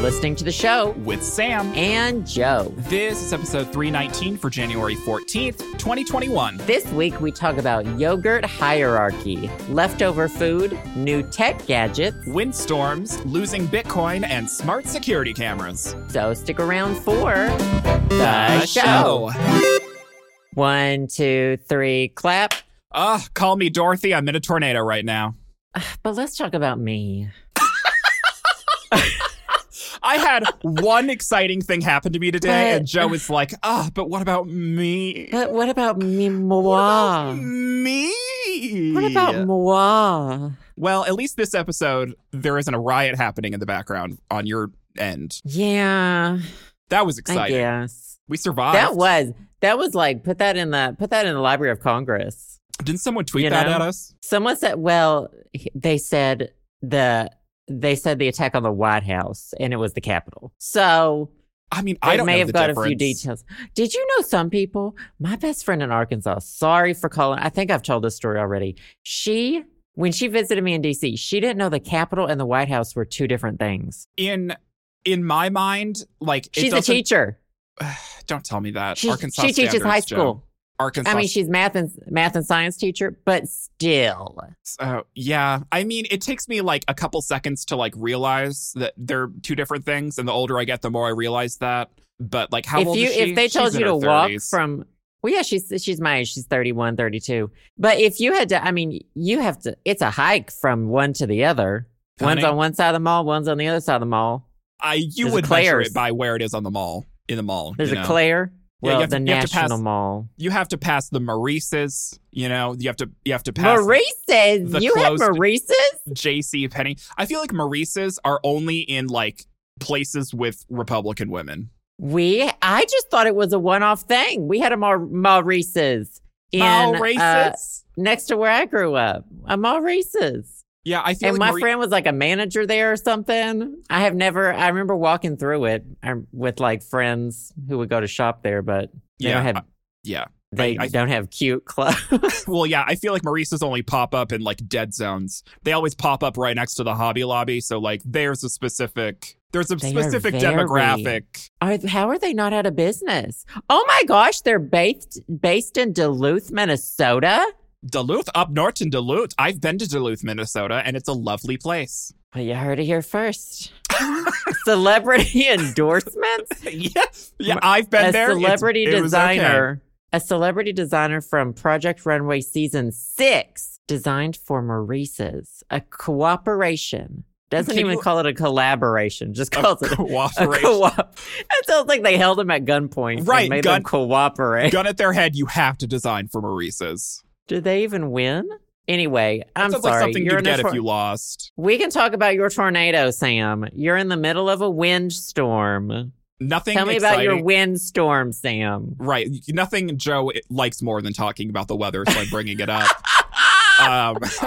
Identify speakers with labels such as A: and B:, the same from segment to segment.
A: listening to the show
B: with Sam.
A: and Joe.
B: This is episode 319 for January 14th, 2021.
A: This week we talk about yogurt hierarchy, leftover food, new tech gadgets.
B: Windstorms, losing Bitcoin, and smart security cameras.
A: So stick around for
B: The
A: One, two, three, clap.
B: Ugh, call me Dorothy. I'm in a tornado right now.
A: But let's talk about me.
B: I had one exciting thing happen to me today,
A: But-
B: and Joe was like, ah, but what about me?
A: But what about me,
B: What
A: moi?
B: about me?
A: What about moi?
B: Well, at least this episode, there isn't a riot happening in the background on your end.
A: Yeah,
B: That was
A: I
B: exciting.
A: guess
B: We survived.
A: that was that was like put that in the put that in the Library of Congress.
B: Didn't someone tweet
A: You
B: that
A: know?
B: at us?
A: Someone said, well, h- they said the they said the attack on the White House and it was the Capitol. So
B: I mean,
A: they
B: I don't
A: may
B: know
A: have
B: the
A: got
B: difference.
A: a few details. Did you know some people? My best friend in Arkansas. Sorry for calling. I think I've told this story already. She. When she visited me in DC, she didn't know the Capitol and the White House were two different things.
B: In in my mind, like it
A: She's a
B: doesn't-
A: teacher.
B: Don't tell me that.
A: She,
B: Arkansas
A: she teaches
B: standards,
A: high
B: Joe.
A: school.
B: Arkansas.
A: I mean, she's math and math and science teacher, but still,
B: so, Oh, yeah. I mean, it takes me like a couple seconds to like realize that they're two different things, and the older I get, the more I realize that. But like, how
A: if
B: old
A: you
B: is she?
A: if they told
B: She's
A: you
B: in
A: to
B: her
A: walk
B: 30s.
A: from, well, yeah, she's she's my age. She's 31, 32. But if you had to, I mean, you have to. It's a hike from one to the other.
B: Honey.
A: One's on one side of the mall. One's on the other side of the mall.
B: I you
A: There's a
B: would measure
A: Claire's.
B: it by where it is on the mall in the mall.
A: There's
B: you
A: a
B: know?
A: Claire.
B: Yeah, you
A: Well,
B: have to-
A: the
B: you have to pass-
A: National Mall.
B: You have to pass the Maurices. You know, you have to you have to pass the
A: Maurice's. You had
B: closed-
A: Maurice's.
B: J.C. Penney. I feel like Maurices are only in like places with Republican women.
A: We. I just thought it was a one-off thing. We had a Mar- Maurice's in uh,
B: Maurices.
A: next to where I grew up. A Maurice's.
B: yeah, I feel
A: And
B: like
A: my
B: Mauri-
A: friend was like a manager there or something. I have never. I remember walking through it um, with like friends who would go to shop there, but they
B: Yeah, uh,
A: don't have.
B: yeah.
A: they
B: I- I-
A: don't have cute clothes.
B: Well, yeah, I feel like Maurices only pop up in like dead zones. They always pop up right next to the Hobby Lobby, so like there's a specific there's a
A: They are
B: specific
A: very-
B: demographic.
A: Are, how are they not out of business? Oh my gosh, they're based based in Duluth, Minnesota.
B: Duluth up north in Duluth. I've been to Duluth, Minnesota, and it's a lovely place.
A: Well, you heard it here first. celebrity endorsements.
B: yeah, yeah, I've been
A: a
B: there. It's-
A: celebrity
B: it was okay.
A: designer. A celebrity designer from Project Runway season six, designed for Maurice's. A cooperation. Doesn't
B: Can
A: even
B: you-
A: call it a collaboration. Just
B: A
A: calls it a
B: cooperation.
A: coop. It sounds like they held him at gunpoint. and
B: Right,
A: made
B: gun-
A: them cooperate.
B: Gun at their head, you have to design for Maurices.
A: Did they even win? Anyway, I'm
B: sounds
A: sorry.
B: like something
A: You're
B: you'd
A: in a
B: get
A: tor-
B: if you lost.
A: we can talk about your tornado, Sam. You're in the middle of a windstorm.
B: Nothing.
A: Tell me
B: exciting.
A: about your windstorm, Sam.
B: Right. Nothing Joe likes more than talking about the weather, so I'm bringing it up. um,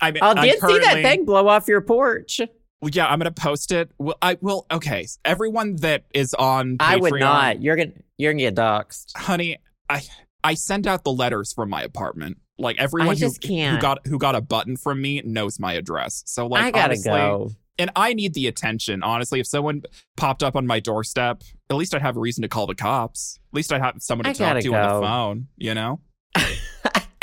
B: I mean,
A: I
B: I'm
A: did see that
B: currently-
A: thing blow off your porch.
B: Well, yeah, I'm gonna post it. Well, I will. Okay, everyone that is on,
A: I would
B: Patreon-
A: not. You're gonna you're gonna get doxxed.
B: honey. I I send out the letters from my apartment. Like everyone
A: I
B: who-
A: just
B: who,
A: can't.
B: got who got a button from me knows my address. So like,
A: I gotta
B: honestly,
A: go.
B: and I need the attention. Honestly, if someone popped up on my doorstep, at least I'd have a reason to call the cops. At least I'd have someone to
A: I
B: talk
A: gotta
B: to on
A: go.
B: the phone. You know.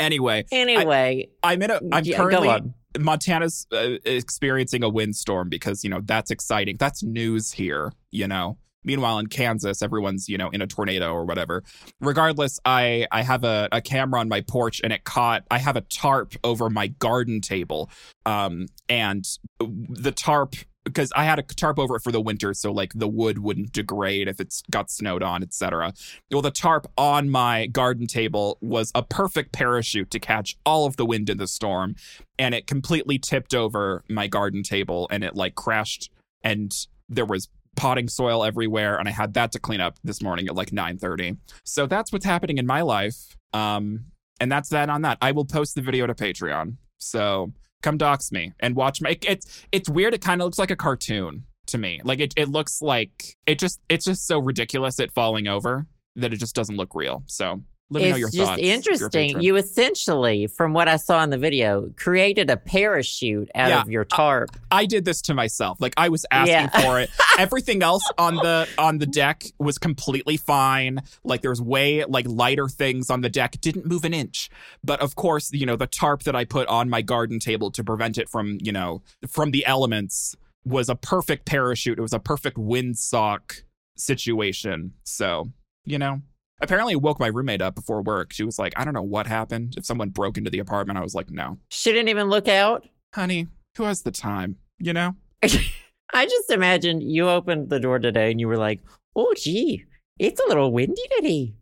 B: anyway,
A: Anyway,
B: I'm in a. I'm
A: yeah,
B: currently
A: go on.
B: Montana's uh, experiencing a windstorm because you know that's exciting. That's news here. You know. Meanwhile, in Kansas, everyone's you know in a tornado or whatever. Regardless, I I have a, a camera on my porch and it caught. I have a tarp over my garden table, um, and the tarp because I had a tarp over it for the winter, so like the wood wouldn't degrade if it's got snowed on, etc. Well, the tarp on my garden table was a perfect parachute to catch all of the wind in the storm, and it completely tipped over my garden table and it like crashed and there was potting soil everywhere and I had that to clean up this morning at like 9:30. So that's what's happening in my life. Um and that's that on that. I will post the video to Patreon. So come dox me and watch my it- it's it's weird it kind of looks like a cartoon to me. Like it it looks like it just it's just so ridiculous at falling over that it just doesn't look real. So Let me know
A: it's
B: your
A: just
B: thoughts. your
A: interesting.
B: patron.
A: You essentially, from what I saw in the video, created a parachute out
B: Yeah.
A: of your tarp.
B: I did this to myself. Like I was asking
A: Yeah.
B: for it. Everything else on the on the deck was completely fine. Like there was way like lighter things on the deck. It Didn't move an inch. But of course, you know, the tarp that I put on my garden table to prevent it from, you know, from the elements was a perfect parachute. It was a perfect windsock situation. So, you know. Apparently it woke my roommate up before work. She was like, I don't know what happened. If someone broke into the apartment, I was like, no.
A: She didn't even look out.
B: Honey, who has the time? You know?
A: I just imagine you opened the door today and you were like, "Oh, gee, it's a little windy today."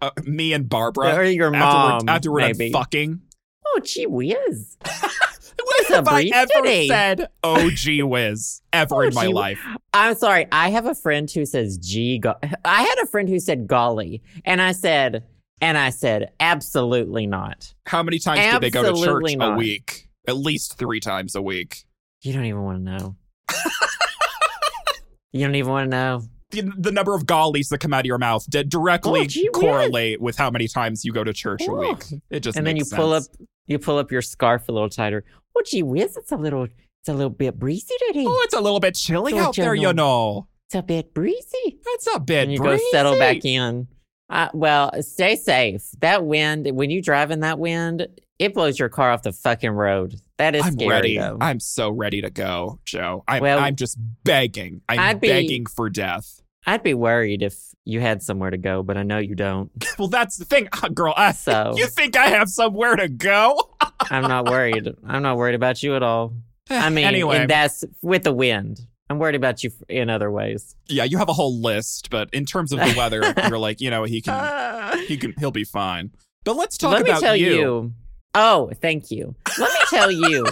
B: uh, me and Barbara
A: or your
B: after
A: mom,
B: we're, after we're done
A: maybe.
B: fucking.
A: oh, gee whiz.
B: What
A: a
B: have I
A: breeze
B: ever
A: today.
B: said? Oh gee whiz, ever
A: Oh,
B: in my
A: gee wh-
B: life?
A: I'm sorry. I have a friend who says "gee." Go-. I had a friend who said "golly," and I said, and I said, "Absolutely not."
B: How many times did they go to
A: Absolutely
B: church a
A: not.
B: week? At least three times a week.
A: You don't even want to know. you don't even want to know.
B: The, the number of gollies that come out of your mouth d-
A: Oh,
B: directly
A: gee whiz.
B: correlate with how many times you go to church a week.
A: Oh.
B: It just
A: and then you
B: makes
A: pull up
B: sense.
A: you pull up your scarf a little tighter. Oh gee whiz, it's a little it's a little bit breezy today.
B: Oh, it's a little bit chilly
A: Oh,
B: out there, you
A: General.
B: know.
A: It's a bit breezy.
B: It's a bit.
A: and you
B: breezy.
A: go settle back in. Uh, well, stay safe. That wind, when you drive in that wind, it blows your car off the fucking road. That is
B: I'm
A: scary.
B: ready.
A: Though.
B: I'm so ready to go, Joe. I'm,
A: Well,
B: I'm just begging. I'm
A: I'd be-
B: begging for death.
A: I'd be worried if you had somewhere to go, but I know you don't.
B: Well, that's the thing, Ah, girl. I,
A: So
B: you think I have somewhere to go?
A: I'm not worried. I'm not worried about you at all. I mean,
B: anyway,
A: and that's with the wind. I'm worried about you f- in other ways.
B: yeah, you have a whole list, but in terms of the weather, you're like, you know, he can, he can, he'll be fine. But let's talk
A: Let me
B: about
A: tell you. Oh, thank you. Let me tell you.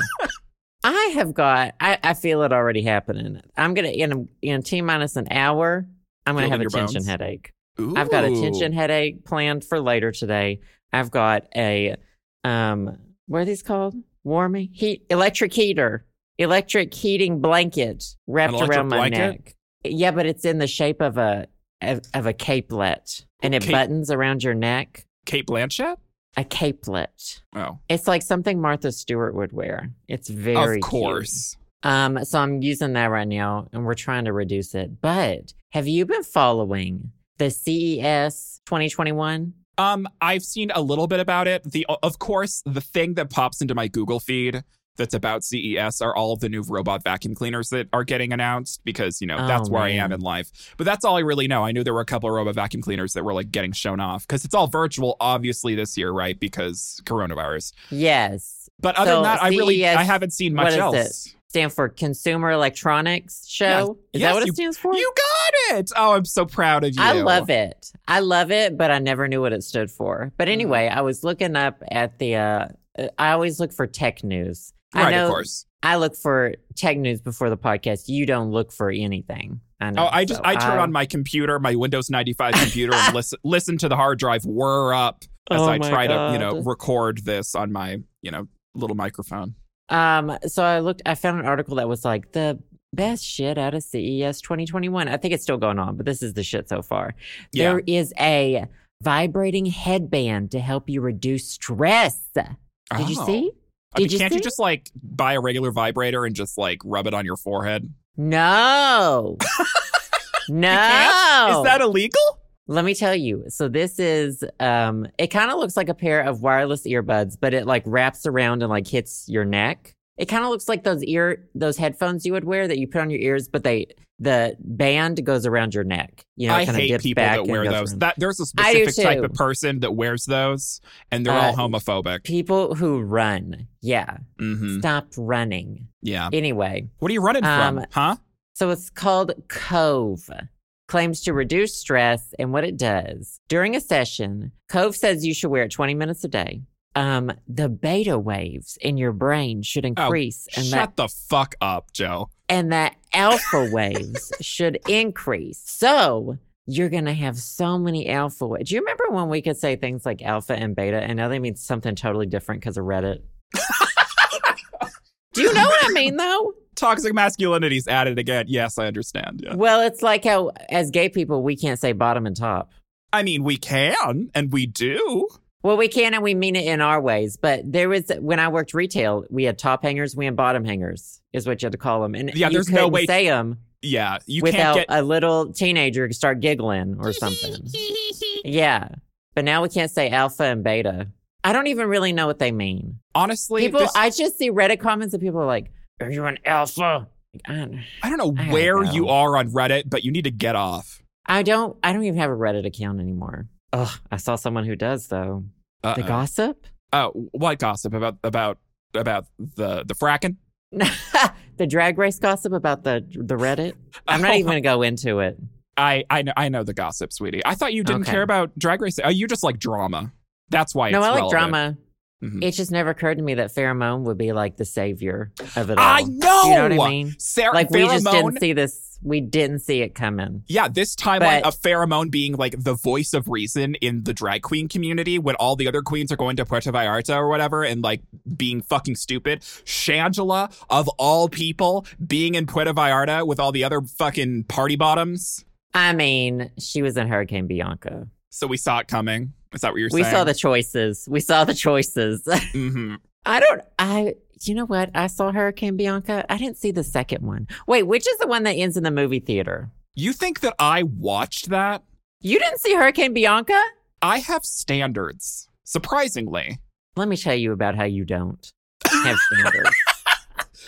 A: I have got. I, I feel it already happening. I'm gonna in in t minus an hour. I'm gonna
B: Feel it
A: have
B: in
A: a
B: your
A: tension
B: bones?
A: headache. I've got a
B: Ooh.
A: tension headache planned for later today. I've got a um. What are these called? Warming heat electric heater, electric heating blanket wrapped
B: electric
A: around my
B: blanket?
A: neck. Yeah, but it's in the shape of a of, of a capelet, and it
B: Cape-
A: buttons around your neck.
B: Kate Blanchett.
A: A capelet.
B: Oh,
A: It's like something Martha Stewart would wear. It's very
B: of
A: cute.
B: course.
A: Um, so I'm using that right now, and we're trying to reduce it. But have you been following the E CES 2021?
B: Um, I've seen a little bit about it. The of course the thing that pops into my Google feed that's about CES are all of the new robot vacuum cleaners that are getting announced because you know
A: Oh,
B: that's where I am
A: man.
B: in life. But that's all I really know. I knew there were a couple of robot vacuum cleaners that were like getting shown off because it's all virtual, obviously this year, right? Because coronavirus.
A: Yes,
B: But other
A: So
B: than that, I really
A: CES
B: I haven't seen
A: what
B: much
A: is
B: else.
A: it? stand for Consumer Electronics Show. Is
B: yes,
A: that what
B: you-
A: it stands for?
B: You got it! Oh, I'm so proud of you.
A: I love it. I love it, but I never knew what it stood for.
B: Mm-hmm.
A: But anyway, I was looking up at the. Uh, I always look for tech news. I
B: Right,
A: know
B: of course.
A: I look for tech news before the podcast. You don't look for anything. I know.
B: Oh, I just
A: So
B: I turn on my computer, my Windows 95 computer, and listen listen to the hard drive whir up as
A: Oh
B: I
A: my
B: try to you know
A: God.
B: record this on my you know little microphone.
A: Um, so I looked. I found an article that was like the best shit out of E CES 2021. I think it's still going on, but this is the shit so far.
B: Yeah,
A: There is a vibrating headband to help you reduce stress. Did you
B: Oh.
A: see?
B: I mean,
A: Did you
B: can't you
A: see?
B: just like buy a regular vibrator and just like rub it on your forehead?
A: No. no.
B: can't?
A: Oh.
B: Is that illegal?
A: Let me tell you. So this is um it kind of looks like a pair of wireless earbuds, but it like wraps around and like hits your neck. It kind of looks like those ear those headphones you would wear that you put on your ears, but they the band goes around your neck. You know,
B: I
A: it kinda
B: hate
A: dips
B: people
A: back
B: that
A: and
B: wear
A: goes
B: those.
A: around.
B: That there's a
A: I do
B: specific type
A: too.
B: of person that wears those, and they're all
A: Uh,
B: homophobic.
A: People who run. Yeah.
B: hmm
A: Stop running.
B: Yeah.
A: Anyway.
B: What are you running
A: um,
B: from? Huh?
A: So it's called Cove. Claims to reduce stress and what it does. During a session, Cove says you should wear it 20 minutes a day. Um, the beta waves in your brain should increase and that
B: Oh, Shut the fuck up, Joe.
A: and the alpha waves should increase. So you're gonna have so many alpha waves. Do you remember when we could say things like alpha and beta and now they mean something totally different because of Reddit? Do you know what I mean though?
B: Toxic masculinity's at it again. Yes, I understand. Yeah.
A: Well, it's like how as gay people we can't say bottom and top.
B: I mean, we can and we do.
A: Well, we can and we mean it in our ways, but there was when I worked retail, we had top hangers, we had bottom hangers, is what you had to call them. And
B: Yeah,
A: you
B: there's no
A: couldn't
B: way-
A: say them
B: Yeah, you
A: without
B: can't get
A: a little teenager start giggling or something. yeah, but now we can't say alpha and beta. I don't even really know what they mean.
B: honestly.
A: people,
B: this- I,
A: I just see Reddit comments and people are like, "Are you an alpha?" Like, I don't,
B: don't know
A: I don't
B: where
A: know.
B: you are on Reddit, but you need to get off.
A: I don't. I don't even have a Reddit account anymore. Ugh, I saw someone who does though. The
B: Uh-oh.
A: gossip,
B: Uh, what gossip about about about the the fracking?
A: the drag race gossip about the the Reddit. I'm not
B: Oh,
A: even gonna go into it.
B: I I know I know the gossip, sweetie. I thought you didn't
A: Okay.
B: care about Drag Race. Oh, you just like drama. That's why.
A: No,
B: it's
A: I like
B: relevant.
A: drama.
B: Mhm.
A: It just never occurred to me that pheromone would be like the savior of it all.
B: I know.
A: Do you know what I mean?
B: Sarah,
A: Like we just
B: pheromone-
A: didn't see this. We didn't see it coming.
B: Yeah, this timeline
A: But-
B: of pheromone being like the voice of reason in the drag queen community when all the other queens are going to Puerto Vallarta or whatever and like being fucking stupid. Shangela, of all people, being in Puerto Vallarta with all the other fucking party bottoms.
A: I mean, she was in Hurricane Bianca.
B: So we saw it coming. Is that what you're
A: We
B: saying?
A: saw the choices. We saw the choices.
B: hmm
A: I don't. I. You know what? I saw Hurricane Bianca. I didn't see the second one. Wait, which is the one that ends in the movie theater?
B: You think that I watched that?
A: You didn't see Hurricane Bianca?
B: I have standards, surprisingly.
A: Let me tell you about how you don't have standards.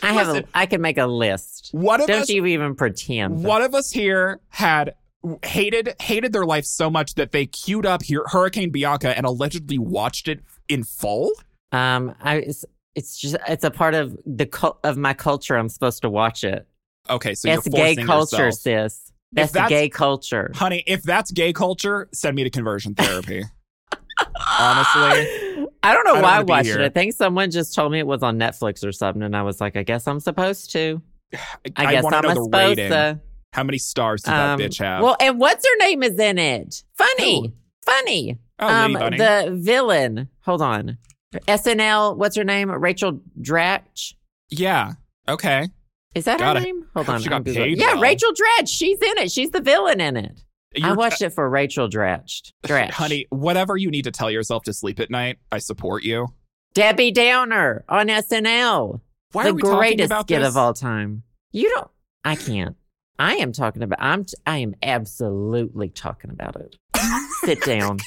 A: I have. A,
B: Listen.
A: I can make a list.
B: One of
A: Don't
B: us
A: you even pretend.
B: One of us here had hated hated their life so much that they queued up here Hurricane Bianca and allegedly watched it in full.
A: Um. I. It's, it's just. It's a part of the cul- of my culture. I'm supposed to watch it.
B: Okay, so
A: that's
B: you're
A: gay
B: forcing
A: culture,
B: yourself.
A: sis. That's,
B: that's-
A: gay culture.
B: honey. If that's gay culture, send me to conversion therapy. Honestly,
A: I don't know
B: I don't
A: why I
B: wanna be
A: watched
B: here.
A: it. I think someone just told me it was on Netflix or something, and I was like, I guess I'm supposed to. I, guess
B: want
A: I'm
B: to know the
A: supposed
B: rating.
A: to.
B: How many stars did
A: Um,
B: that bitch have?
A: Well, and what's her name is in it? Funny,
B: Who?
A: funny.
B: oh,
A: um,
B: Lady Bunny.
A: the villain. Hold on. SNL. What's her name? Rachel Dratch.
B: yeah. Okay.
A: Is that
B: God,
A: her
B: I
A: name? Hold
B: hope
A: on.
B: she got
A: I'm Googling.
B: paid
A: yeah,
B: well.
A: Rachel Dratch. She's in it. She's the villain in it. I
B: You're-
A: watched it for Rachel Dratch. Dratch.
B: honey, whatever you need to tell yourself to sleep at night, I support you.
A: Debbie Downer on SNL.
B: Why
A: the
B: are we talking
A: greatest
B: about
A: skit
B: this?
A: of all time. You don't. I can't. I am talking about. I'm. T- I am absolutely talking about it. Sit down.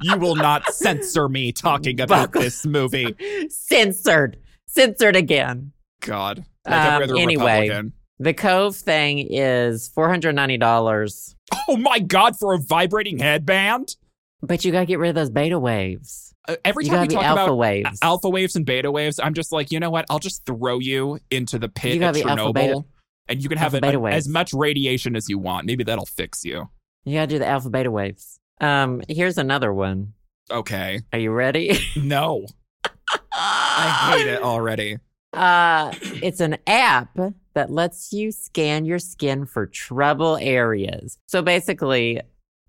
B: you will not censor me talking about
A: Buckle.
B: this movie.
A: Censored. Censored again.
B: God.
A: Um, anyway.
B: Republican.
A: The Cove thing is four hundred ninety dollars,
B: Oh my God, for a vibrating headband?
A: but you gotta get rid of those beta waves.
B: Uh, every
A: You
B: time
A: gotta
B: we
A: be
B: talk
A: alpha
B: about
A: waves.
B: alpha waves and beta waves, I'm just like, you know what? I'll just throw you into the
A: You
B: pit
A: gotta
B: at
A: be alpha, beta-
B: Chernobyl. And you can have
A: alpha,
B: an-
A: beta
B: an-
A: waves.
B: as much radiation as you want. Maybe that'll fix you.
A: you gotta do the alpha beta waves. Um, here's another one.
B: Okay.
A: Are you ready?
B: No,
A: Ah.
B: I hate it already.
A: Uh, it's an app that lets you scan your skin for trouble areas. So basically,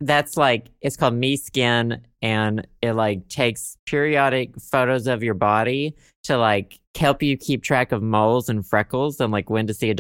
A: that's like it's called Me Skin, and it like takes periodic photos of your body to like help you keep track of moles and freckles and like when to see a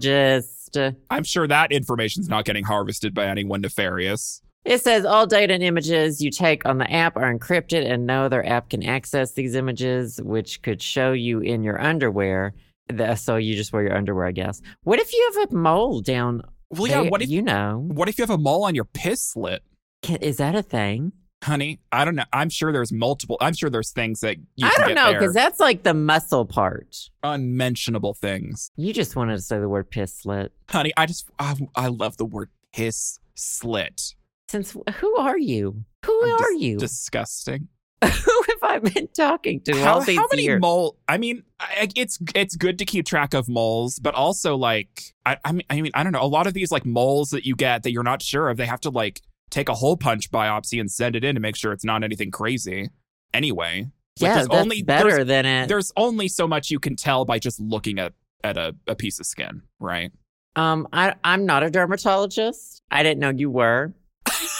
A: dermatologist.
B: I'm sure that information's not getting harvested by anyone nefarious.
A: It says all data and images you take on the app are encrypted, and no other app can access these images, which could show you in your underwear. The- so you just wear your underwear, I guess. What if you have a mole down?
B: Well, yeah,
A: there?
B: what if,
A: you know?
B: what if you have a mole on your piss slit?
A: Ca- Is that a thing?
B: Honey, I don't know. I'm sure there's multiple. I'm sure there's things that you
A: I
B: can
A: don't
B: get
A: know
B: there.
A: because that's like the muscle part.
B: unmentionable things.
A: You just wanted to say the word piss slit.
B: Honey, I just I, I love the word piss slit.
A: Since who are you? Who
B: I'm dis-
A: are you?
B: Disgusting.
A: who have I been talking to all
B: How,
A: these
B: how many
A: years?
B: mole? I mean, I, it's it's good to keep track of moles, but also like I I mean, I mean I don't know. A lot of these like moles that you get that you're not sure of, they have to like take a hole punch biopsy and send it in to make sure it's not anything crazy. Anyway, like,
A: yeah,
B: there's
A: that's
B: only-
A: better
B: there's-
A: than it.
B: there's only so much you can tell by just looking at at a, a piece of skin, right?
A: Um, I, I'm not a dermatologist. I didn't know you were.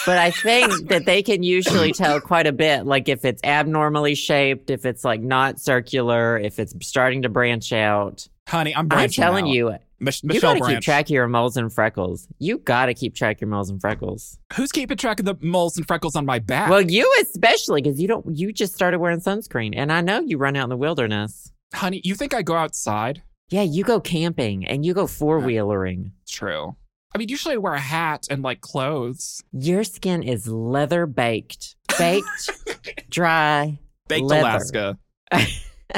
A: But I think that they can usually tell quite a bit, like if it's abnormally shaped, if it's like not circular, if it's starting to branch out.
B: Honey, I'm
A: I'm
B: branching
A: telling
B: out.
A: you,
B: Mich-
A: You
B: Michelle
A: gotta keep
B: Branch.
A: track of your moles and freckles. You gotta keep track of your moles and freckles.
B: Who's keeping track of the moles and freckles on my back?
A: Well, you especially because you don't. You just started wearing sunscreen, and I know you run out in the wilderness.
B: Honey, you think I go outside?
A: Yeah, you go camping and you go four wheelering.
B: True. I mean, usually I wear a hat and like clothes.
A: Your skin is leather baked, baked, dry.
B: Baked
A: Leather.
B: Alaska.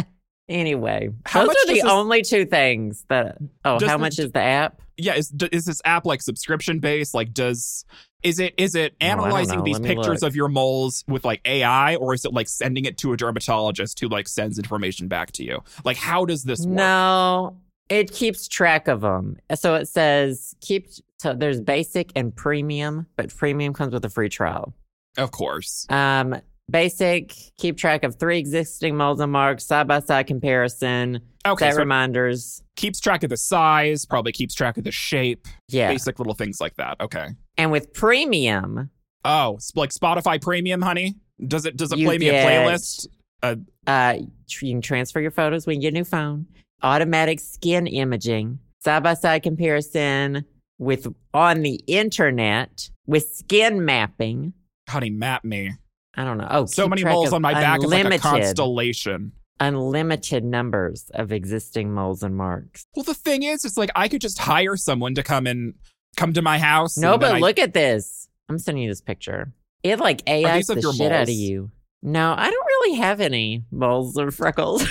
A: Anyway,
B: How
A: those
B: much
A: are the
B: does this-
A: only two things that. Oh,
B: Does
A: how
B: the-
A: much is the app?
B: Yeah, is d- is this app like subscription based? Like, does is it is it
A: I don't
B: analyzing
A: know.
B: these
A: Let me
B: pictures
A: look.
B: of your moles with like AI, or is it like sending it to a dermatologist who like sends information back to you? Like, how does this work?
A: No, it keeps track of them. So it says keep. So there's basic and premium, but premium comes with a free trial.
B: Of course.
A: Um, basic keep track of three existing moles and marks, side by side comparison,
B: Okay,
A: set
B: so it
A: reminders.
B: keeps track of the size, probably keeps track of the shape,
A: Yeah,
B: basic little things like that. Okay.
A: and with premium,
B: Oh, it's like Spotify Premium, honey. Does it does it
A: you
B: play me a
A: get,
B: playlist?
A: Uh, tr- you can transfer your photos when you get a new phone. Automatic skin imaging, side by side comparison with on the internet with skin mapping.
B: Honey, map me.
A: I don't know. Oh,
B: So
A: keep
B: many
A: track
B: moles
A: of
B: on my back is like a
A: unlimited-
B: constellation.
A: Unlimited numbers of existing moles and marks.
B: Well, the thing is, it's like I could just hire someone to come and come to my house. and
A: No,
B: then
A: but
B: I-
A: look at this. I'm sending you this picture. It like AIs
B: these of
A: the
B: your
A: shit out of
B: moles?
A: you. No, I don't really have any moles or freckles.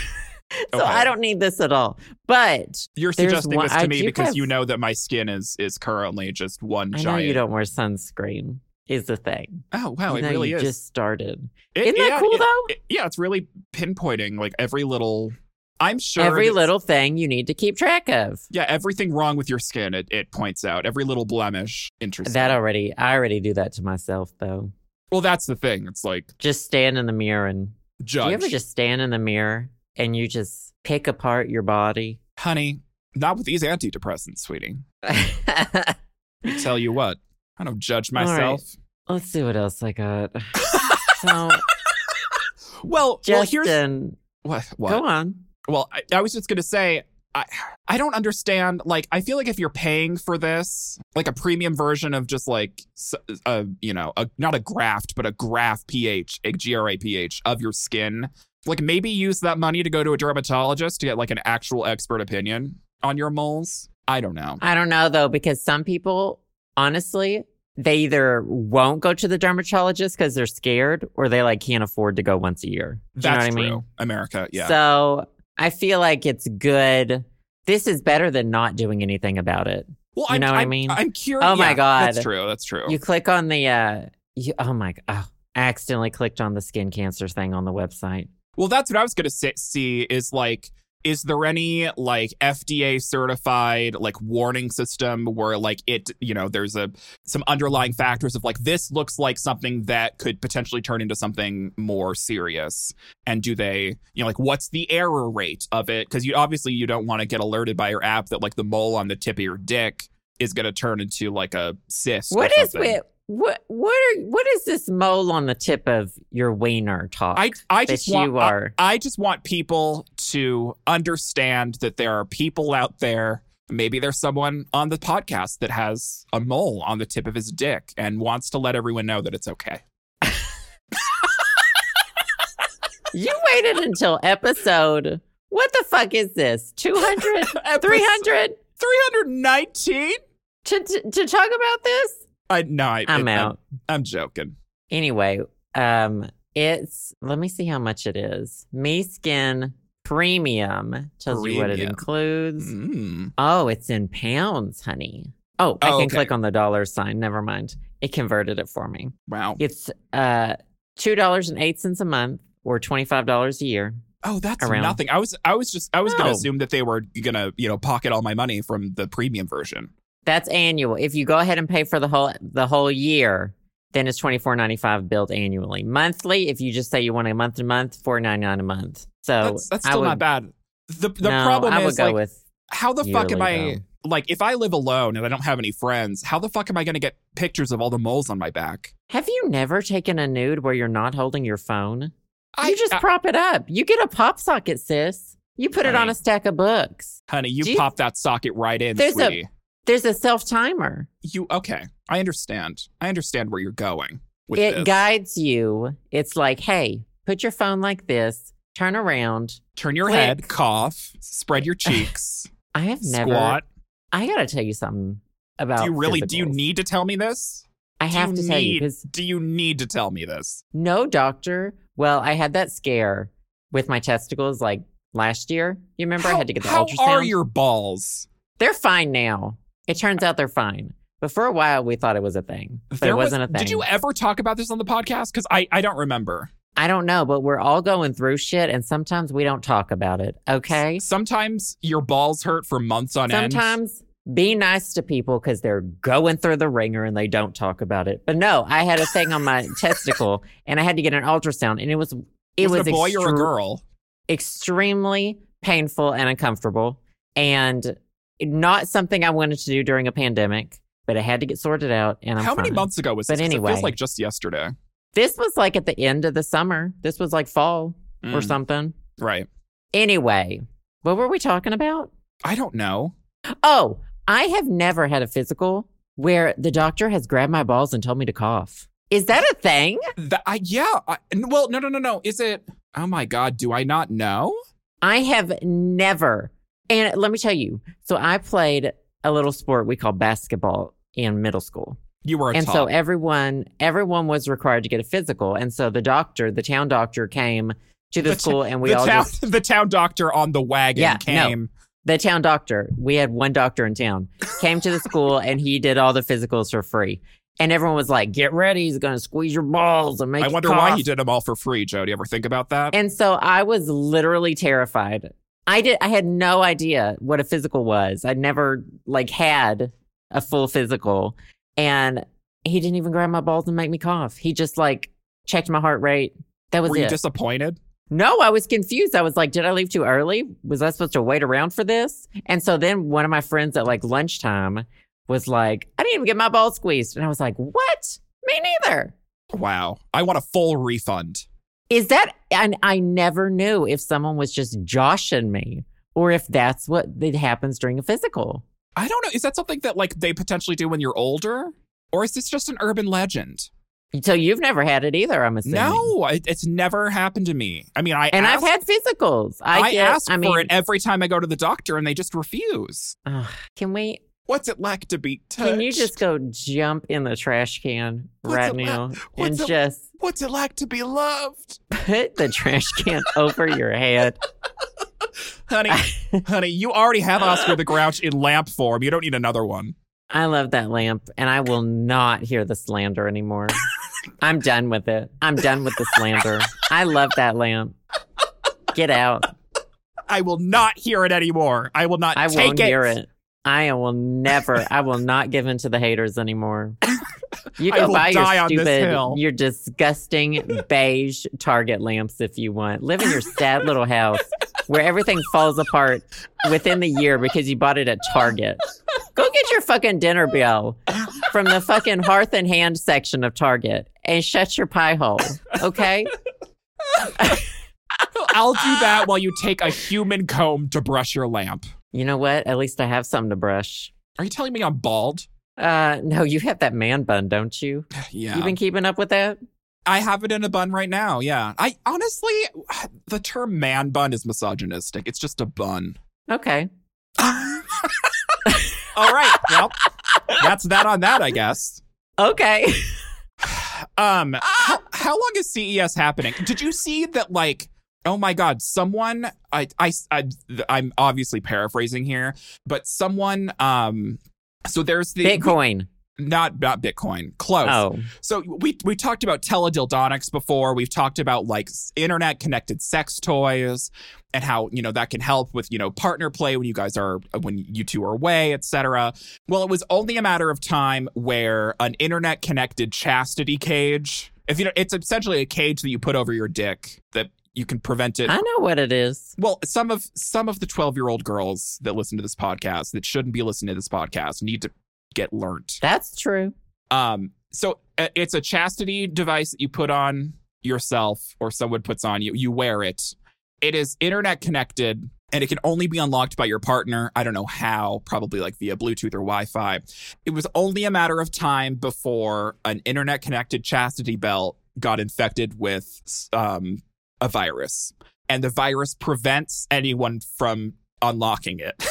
A: so
B: Okay.
A: I don't need this at all. But
B: You're
A: there's
B: suggesting
A: one-
B: this to
A: I
B: me
A: do
B: because
A: have-
B: you know that my skin is is currently just one
A: I know
B: giant.
A: you don't wear sunscreen, is the thing.
B: Oh wow,
A: you
B: it
A: know,
B: really
A: you
B: is.
A: just started.
B: It-
A: Isn't that
B: yeah,
A: cool
B: it-
A: though?
B: it- yeah, it's really pinpointing like every little. I'm sure
A: Every
B: that-
A: little thing you need to keep track of.
B: Yeah, everything wrong with your skin, it, it points out every little blemish. Interesting.
A: That already, I already do that to myself though.
B: well, that's the thing. It's like
A: Just stand in the mirror and
B: judge,
A: do you ever just stand in the mirror and you just pick apart your body?
B: honey. Not with these antidepressants, sweetie. Tell you what, I don't judge
A: All right.
B: myself.
A: Let's see what else I got. so,
B: Well, well, here's
A: Justin,
B: what. what?
A: uh, go on.
B: Well, I, I was just gonna say, I I don't understand. Like, I feel like if you're paying for this, like a premium version of just like s- a you know a not a graft but a graph pH, a GRAPH of your skin. Like maybe use that money to go to a dermatologist to get like an actual expert opinion on your moles. I don't know.
A: I don't know though, because some people, honestly, they either won't go to the dermatologist because they're scared, or they like can't afford to go once a year. Do you know
B: That's
A: what I
B: true.
A: mean?
B: America, yeah.
A: So I feel like it's good. This is better than not doing anything about it.
B: well,
A: you
B: I'm,
A: know what I
B: I'm-
A: mean?
B: I'm curious.
A: Oh my
B: yeah, that's
A: God.
B: true. That's true.
A: You click on the, uh, you, oh my god, oh, I accidentally clicked on the skin cancer thing on the website.
B: Well, that's what I was going to see is like, is there any like FDA certified like warning system where like it, you know, there's a some underlying factors of like this looks like something that could potentially turn into something more serious? And do they, you know, like what's the error rate of it? Because you obviously you don't want to get alerted by your app that like the mole on the tip of your dick is going to turn into like a cyst.
A: What
B: or
A: is
B: something.
A: with what what are what is this mole on the tip of your wiener talk?
B: I, I
A: that
B: just want,
A: you
B: I-
A: are.
B: I just want people to understand that there are people out there. Maybe there's someone on the podcast that has a mole on the tip of his dick and wants to let everyone know that it's okay.
A: you waited until episode. What the fuck is this? 200, 300
B: 319?
A: to, to to talk about this?
B: I, Uh, no, I,
A: I'm
B: I-
A: out.
B: I'm, joking.
A: Anyway, um it's let me see how much it is. Me Skin Premium tells you what it
B: Premium.
A: includes.
B: Mm.
A: Oh, it's in pounds, honey. Oh, I
B: Oh,
A: can
B: okay.
A: click on the dollar sign. Never mind. It converted it for me.
B: Wow.
A: It's uh two dollars and eight cents a month or twenty five dollars a year.
B: Oh, that's
A: Around.
B: nothing. I was I was just I was going
A: No.
B: to assume that they were going to, you know, pocket all my money from the premium version.
A: That's annual. If you go ahead and pay for the whole the whole year, then it's twenty four ninety five billed annually. Monthly, if you just say you want a month to month, four ninety nine a month. So
B: That's, that's
A: Oh, I
B: still
A: would-
B: not bad. The the
A: no,
B: problem
A: I would
B: is
A: go
B: like
A: with
B: how the fuck am
A: yearly,
B: I like if I live alone and I don't have any friends, how the fuck am I gonna get pictures of all the moles on my back?
A: have you never taken a nude where you're not holding your phone?
B: I
A: you just prop it up. You get a pop socket, sis. You put it on
B: Honey.
A: a stack of books.
B: honey, you,
A: Do you-
B: pop that socket right in,
A: There's a-
B: sweetie.
A: There's a self timer.
B: You okay? I understand. I understand where you're going with
A: It
B: this.
A: guides you. It's like, hey, put your phone like this, turn around.
B: Turn your
A: Click.
B: head, cough, spread your cheeks,
A: I have never.
B: squat.
A: I gotta tell you something about.
B: Do you really? Do you
A: physicals.
B: need to tell me this?
A: I
B: do
A: have
B: you
A: to tell you
B: need-
A: because
B: Do you need to tell me this?
A: no doctor. Well, I had that scare with my testicles like last year. You remember I had to get the
B: how
A: ultrasound.
B: are your balls?
A: They're fine now. It turns out they're fine. But for a while, we thought it was a thing. But it wasn't
B: was,
A: a thing.
B: Did you ever talk about this on the podcast? Because I, I don't remember.
A: I don't know, but we're all going through shit, and sometimes we don't talk about it. Okay.
B: Sometimes your balls hurt for months on end.
A: Sometimes be nice to people because they're going through the ringer and they don't talk about it. But no, I had a thing on my testicle, and I had to get an ultrasound, and it was it was,
B: a boy or a
A: extre-
B: girl.
A: extremely painful and uncomfortable and not something I wanted to do during a pandemic, but I had to get sorted out. And I'm
B: How many
A: fine.
B: months ago was
A: But
B: this? 'Cause it
A: anyway.
B: feels like just yesterday.
A: This was like at the end of the summer. This was like fall or
B: Mm,
A: something.
B: right.
A: Anyway, what were we talking about?
B: I don't know.
A: Oh, I have never had a physical where the doctor has grabbed my balls and told me to cough. Is that a thing?
B: The, I, yeah. I, n- well, no, no, no, no. Is it? Oh my God. Do I not know?
A: I have never. And let me tell you. So I played a little sport we call basketball in middle school.
B: You were a
A: and
B: top.
A: so everyone everyone was required to get a physical and so the doctor the town doctor came to the,
B: The t-
A: school and we
B: the
A: all
B: town,
A: just
B: the town doctor on the wagon
A: Yeah, no.
B: came.
A: the town doctor we had one doctor in town came to the school and he did all the physicals for free and everyone was like get ready he's going to squeeze your balls and make
B: I
A: you
B: wonder why
A: cough."
B: he did them all for free, Joe. Do you ever think about that?
A: and so i was literally terrified i did i had no idea what a physical was i never like had a full physical and he didn't even grab my balls and make me cough he just like checked my heart rate that was
B: were
A: it.
B: you disappointed?
A: No, I was confused. I was like, did I leave too early? Was I supposed to wait around for this? And so then one of my friends at like lunchtime was like, I didn't even get my ball squeezed. And I was like, what? Me neither.
B: Wow. I want a full refund.
A: Is that, and I never knew if someone was just joshing me or if that's what that happens during a physical.
B: I don't know. Is that something that like they potentially do when you're older? Or is this just an urban legend?
A: So you've never had it either, I'm assuming.
B: No, it, it's never happened to me. I mean, I
A: And
B: ask,
A: I've had physicals. I,
B: I
A: get,
B: ask
A: I mean,
B: for it every time I go to the doctor, and they just refuse.
A: Ugh, can we,
B: What's it like to be touched?
A: can you just go jump in the trash can
B: What's
A: right
B: it like-
A: now and
B: what's it-
A: just.
B: What's it like to be loved,
A: put the trash can over your head.
B: honey? honey, you already have Oscar the Grouch in lamp form. You don't need another one.
A: I love that lamp, and I will not hear the slander anymore. I'm done with it. I'm done with the slander. I love that lamp. Get out.
B: I will not hear it anymore. I will not.
A: I
B: take
A: won't hear it. I will never. I will not give in to the haters anymore. You
B: I
A: go
B: will
A: buy your
B: die on this
A: stupid,
B: hill.
A: your disgusting beige Target lamps if you want. Live in your sad little house where everything falls apart within the year because you bought it at Target. Go get your fucking dinner bill from the fucking hearth and hand section of Target and shut your pie hole. Okay?
B: I'll do that while you take a human comb to brush your lamp.
A: You know what? At least I have something to brush.
B: Are you telling me I'm bald?
A: Uh, no, you have that man bun, don't you?
B: Yeah.
A: You been keeping up with that?
B: I have it in a bun right now. Yeah. I honestly, the term man bun is misogynistic. It's just a bun.
A: Okay.
B: All right. Well, that's that on that, I guess.
A: Okay.
B: Um, how, how long is CES happening? Did you see that? Like, oh my God, someone. I, I, I, I'm obviously paraphrasing here, but someone. Um, so there's the
A: Bitcoin.
B: not not Bitcoin. Close.
A: Oh,
B: So we we talked about teledildonics before. We've talked about like internet connected sex toys and how you know that can help with you know partner play when you guys are uh, when you two are away, etc. Well, it was only a matter of time where an internet connected chastity cage. If you know, it's essentially a cage that you put over your dick that you can prevent it.
A: I know what it is.
B: Well, some of some of the twelve year old girls that listen to this podcast that shouldn't be listening to this podcast need to get learnt.
A: That's true.
B: Um, so uh, it's a chastity device that you put on yourself or someone puts on you. You wear it. It is internet connected and it can only be unlocked by your partner. I don't know how, probably like via Bluetooth or Wi Fi. It was only a matter of time before an internet connected chastity belt got infected with um, a virus, and the virus prevents anyone from unlocking it.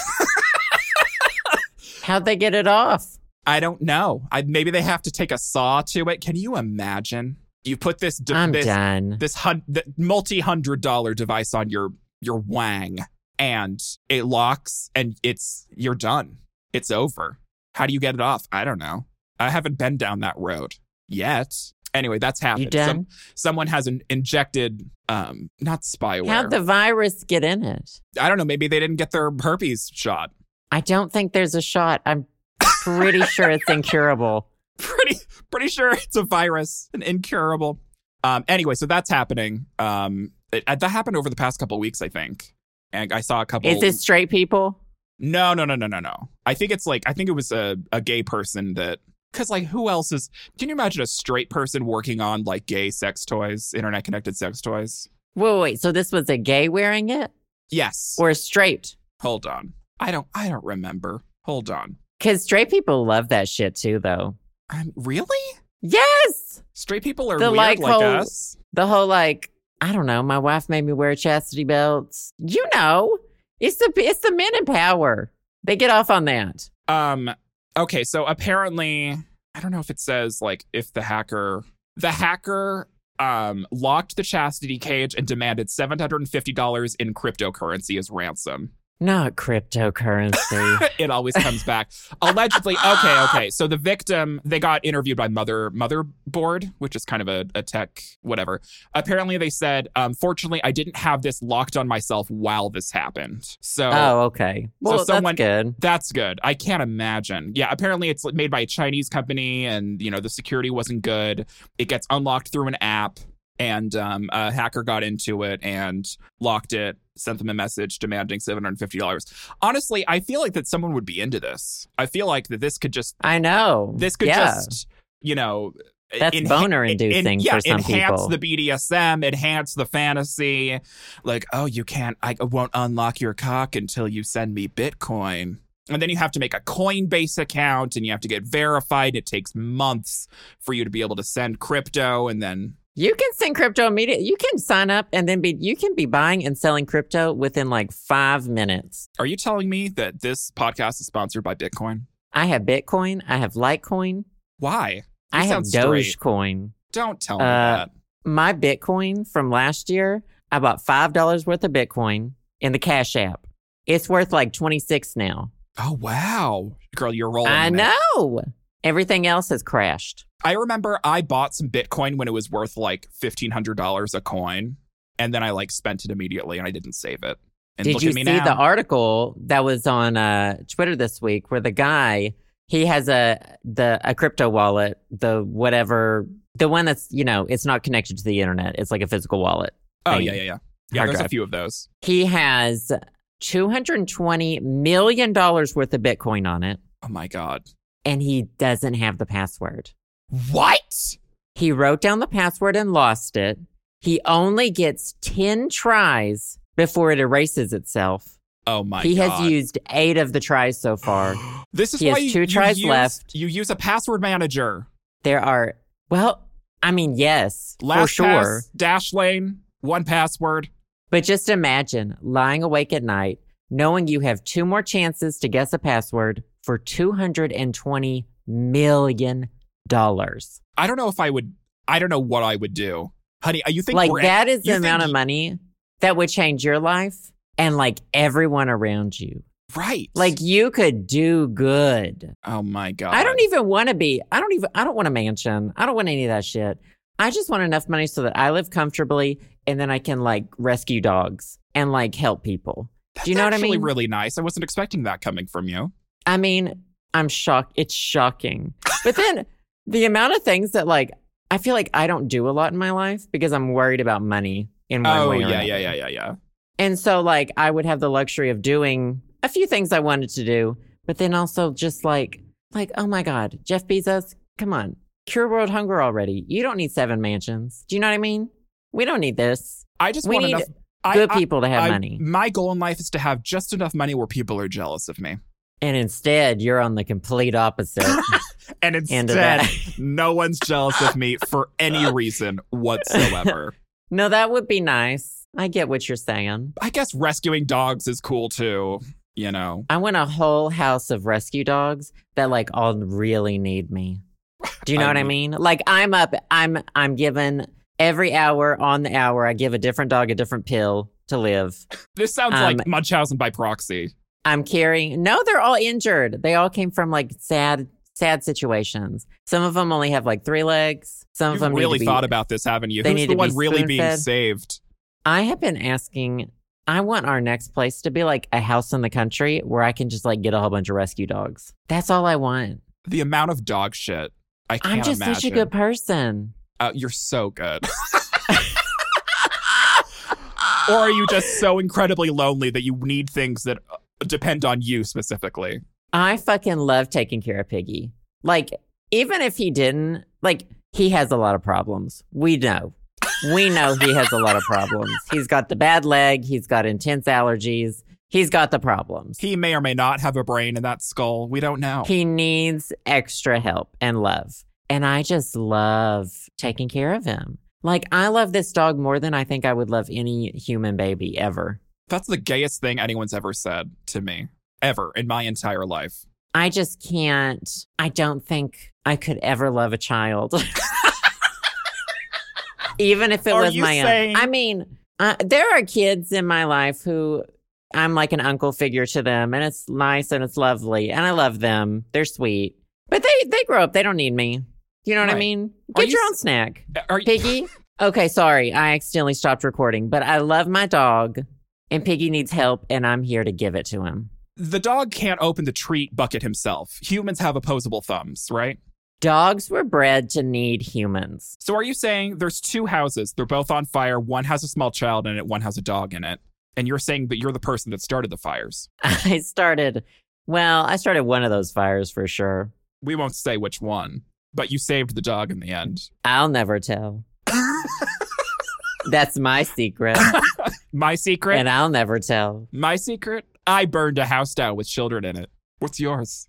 A: How'd they get it off?
B: I don't know. I, maybe they have to take a saw to it. Can you imagine? You put this de-
A: I'm
B: this,
A: done.
B: this hun- th- multi-hundred dollar device on your your wang and it locks and it's you're done. It's over. How do you get it off? I don't know. I haven't been down that road yet. Anyway, that's happened.
A: You done?
B: someone has an injected um not spyware.
A: How'd the virus get in it?
B: I don't know, maybe they didn't get their herpes shot.
A: I don't think there's a shot. I'm pretty sure it's incurable.
B: pretty pretty sure it's a virus, an incurable. Um, anyway, so that's happening. Um, it, that happened over the past couple weeks, I think. And I saw a couple.
A: Is it straight people?
B: No, no, no, no, no, no. I think it's like I think it was a a gay person that because like who else is? Can you imagine a straight person working on like gay sex toys, internet connected sex toys?
A: Wait, wait. So this was a gay wearing it
B: Yes.
A: or a straight?
B: Hold on. I don't. I don't remember. Hold on.
A: Because straight people love that shit too, though.
B: Um, really?
A: Yes.
B: Straight people are
A: The,
B: weird
A: like,
B: like
A: whole-
B: us.
A: The whole like, I don't know. My wife made me wear chastity belts. You know, it's the it's the men in power. They get off on that.
B: Um okay, so apparently I don't know if it says like if the hacker the hacker um locked the chastity cage and demanded $750 in cryptocurrency as ransom.
A: Not cryptocurrency.
B: it always comes back. Allegedly, okay, okay. So the victim, they got interviewed by Mother Motherboard, which is kind of a, a tech whatever. Apparently they said, um, fortunately I didn't have this locked on myself while this happened. So
A: oh, okay. Well,
B: someone-
A: that's good.
B: that's good. I can't imagine. Yeah, apparently it's made by a Chinese company, and you know the security wasn't good. It gets unlocked through an app, and um, a hacker got into it and locked it. Sent them a message demanding seven hundred fifty dollars. Honestly, I feel like that someone would be into this. I feel like that this could just
A: I know.
B: this could
A: yeah.
B: just you know e-,
A: That's
B: enha-
A: boner-inducing
B: en- yeah,
A: for some
B: enhance
A: people.
B: the BDSM, enhance the fantasy. Like, oh, you can't, I won't unlock your cock until you send me Bitcoin. And then you have to make a Coinbase account and you have to get verified. It takes months for you to be able to send crypto. And then,
A: You can send crypto immediately. You can sign up and then be. You can be buying and selling crypto within like five minutes.
B: are you telling me that this podcast is sponsored by Bitcoin?
A: I have Bitcoin. I have Litecoin.
B: Why?
A: I have
B: sound straight.
A: Dogecoin.
B: Don't tell me
A: Uh,
B: that.
A: My Bitcoin from last year, I bought five dollars worth of Bitcoin in the Cash App. It's worth like twenty six now.
B: Oh, wow. Girl, you're rolling.
A: I
B: in it.
A: know. Everything else has crashed.
B: I remember I bought some Bitcoin when it was worth like fifteen hundred dollars a coin, and then I like spent it immediately and I didn't save it. And
A: Did
B: look
A: you
B: at me
A: see
B: now.
A: the article that was on uh, Twitter this week where the guy he has a the a crypto wallet, the whatever, the one that's you know it's not connected to the internet. It's like a physical wallet.
B: oh
A: thing?
B: yeah, yeah, yeah, yeah.
A: Hard
B: There's a
A: drive.
B: few of those.
A: He has two hundred twenty million dollars worth of Bitcoin on it,
B: Oh my god,
A: and he doesn't have the password.
B: what?
A: He wrote down the password and lost it. He only gets ten tries before it erases itself.
B: Oh my
A: he
B: god,
A: has used eight of the tries so far.
B: This is
A: he has
B: why you-
A: two
B: you
A: tries
B: use-
A: left.
B: You use a password manager,
A: There are, well, I mean, yes, for
B: LastPass,
A: sure.
B: Dashlane, one password.
A: But just imagine lying awake at night, knowing you have two more chances to guess a password for $220 million. Like,
B: I don't know if I would. I don't know what I would do, honey. uh, You think we're-
A: that is
B: you
A: the amount
B: think-
A: of money that would change your life and like everyone around you.
B: right?
A: Like, you could do good.
B: oh my god,
A: I don't e-, even want to be. I don't even. I don't want a mansion. I don't want any of that shit. I just want enough money so that I live comfortably and then I can like rescue dogs and like help people.
B: That's
A: do you know what I
B: actually
A: mean?
B: Really nice. I wasn't expecting that coming from you.
A: I mean, I'm shocked. It's shocking. But then the amount of things that like I feel like I don't do a lot in my life because I'm worried about money in one
B: Oh
A: way or
B: yeah,
A: another.
B: yeah, yeah, yeah, yeah.
A: And so like I would have the luxury of doing a few things I wanted to do, but then also just like like oh my god, Jeff Bezos, come on. Cure world hunger already. You don't need seven mansions. Do you know what I mean? We don't need this.
B: I just
A: We
B: want
A: need-
B: enough.
A: Good
B: I,
A: people to have
B: I-
A: money.
B: My goal in life is to have just enough money where people are jealous of me.
A: And instead, you're on the complete opposite end
B: And
A: of that.
B: instead, no one's jealous of me for any reason whatsoever.
A: No, that would be nice. I get what you're saying.
B: I guess rescuing dogs is cool too, you know.
A: I want a whole house of rescue dogs that like all really need me. Do you know
B: I
A: what I mean? Like I'm up, I'm I'm given every hour on the hour. I give a different dog a different pill to live.
B: This sounds
A: Um,
B: like Munchausen by proxy.
A: I'm carrying. No, they're all injured. They all came from like sad, sad situations. Some of them only have like three legs. Some
B: You've
A: of them need to
B: really
A: be-
B: thought about this, haven't you?
A: they
B: Who's
A: need
B: the
A: to be
B: one really being
A: spoon-fed.
B: saved?
A: I have been asking. I want our next place to be like a house in the country where I can just like get a whole bunch of rescue dogs. That's all I want.
B: The amount of dog shit. I can't
A: I'm just
B: imagine.
A: such a good person.
B: Uh, you're so good. or are you just so incredibly lonely that you need things that uh, depend on you specifically?
A: I fucking love taking care of Piggy. Like, even if he didn't, like, he has a lot of problems. We know. We know he has a lot of problems. He's got the bad leg. He's got intense allergies. He's got the problems.
B: He may or may not have a brain in that skull. We don't know.
A: He needs extra help and love. And I just love taking care of him. Like, I love this dog more than I think I would love any human baby ever.
B: That's the gayest thing anyone's ever said to me, ever in my entire life.
A: I just can't. I don't think I could ever love a child. Even if it
B: Are
A: was
B: you
A: my
B: saying-
A: own. I mean, uh, there are kids in my life who I'm like an uncle figure to them, and it's nice and it's lovely, and I love them. They're sweet, but they they grow up. They don't need me. You know what
B: Right.
A: I mean?
B: Are
A: Get
B: you
A: your
B: s-
A: own snack,
B: Uh, Are you,
A: Piggy. okay, sorry, I accidentally stopped recording, but I love my dog, and Piggy needs help, and I'm here to give it to him.
B: the dog can't open the treat bucket himself. Humans have opposable thumbs, right?
A: Dogs were bred to need humans.
B: So are you saying there's two houses? They're both on fire. One has a small child in it, one has a dog in it. And you're saying that you're the person that started the fires.
A: I started, well, I started one of those fires for sure.
B: We won't say which one, but you saved the dog in the end.
A: I'll never tell. That's my secret,
B: My secret?
A: and I'll never tell.
B: My secret? I burned a house down with children in it. What's yours?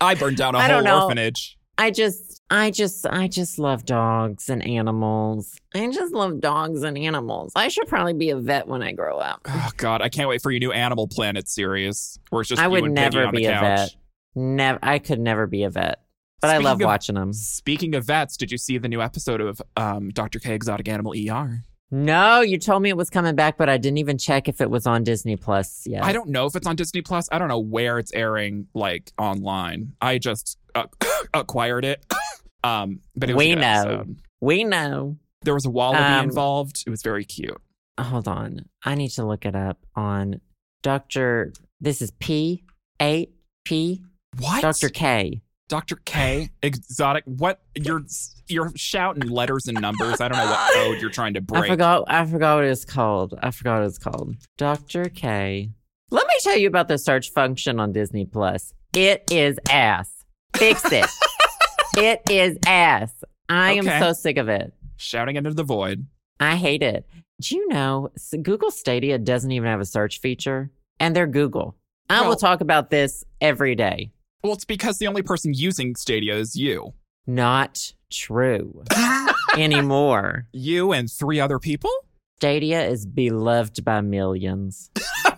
B: I burned down a
A: I
B: whole
A: don't know.
B: orphanage.
A: I just, I just, I just love dogs and animals. I just love dogs and animals. I should probably be a vet when I grow up.
B: Oh God, I can't wait for your new Animal Planet series, where it's just
A: I
B: you
A: would
B: and Piggy
A: never
B: on the
A: be a
B: couch.
A: vet. Never, I could never be a vet, but
B: Speaking
A: I love
B: of-
A: watching them.
B: Speaking of vets, did you see the new episode of um, Doctor K Exotic Animal ER?
A: No, you told me it was coming back, but I didn't even check if it was on Disney Plus yet.
B: I don't know if it's on Disney Plus. I don't know where it's airing, like online. I just uh, acquired it. um, but it was a
A: We
B: good
A: know.
B: episode.
A: we know.
B: there was a wallaby
A: Um,
B: involved. It was very cute.
A: hold on. I need to look it up on Dr. This is P A P
B: What,
A: Dr. K.
B: Dr. K Exotic? What you're you're shouting letters and numbers. I don't know what code you're trying to
A: I
B: break.
A: forgot I forgot what it's called. I forgot what it's called. Dr. K. Let me tell you about the search function on Disney Plus. It is ass. Fix it. it is ass. I
B: Okay.
A: am so sick of it.
B: Shouting into the void.
A: I hate it. Do you know s- Google Stadia doesn't even have a search feature? And they're Google. I
B: Well-
A: will talk about this every day.
B: Well, it's because the only person using Stadia is you.
A: not true anymore.
B: you and three other people?
A: Stadia is beloved by millions,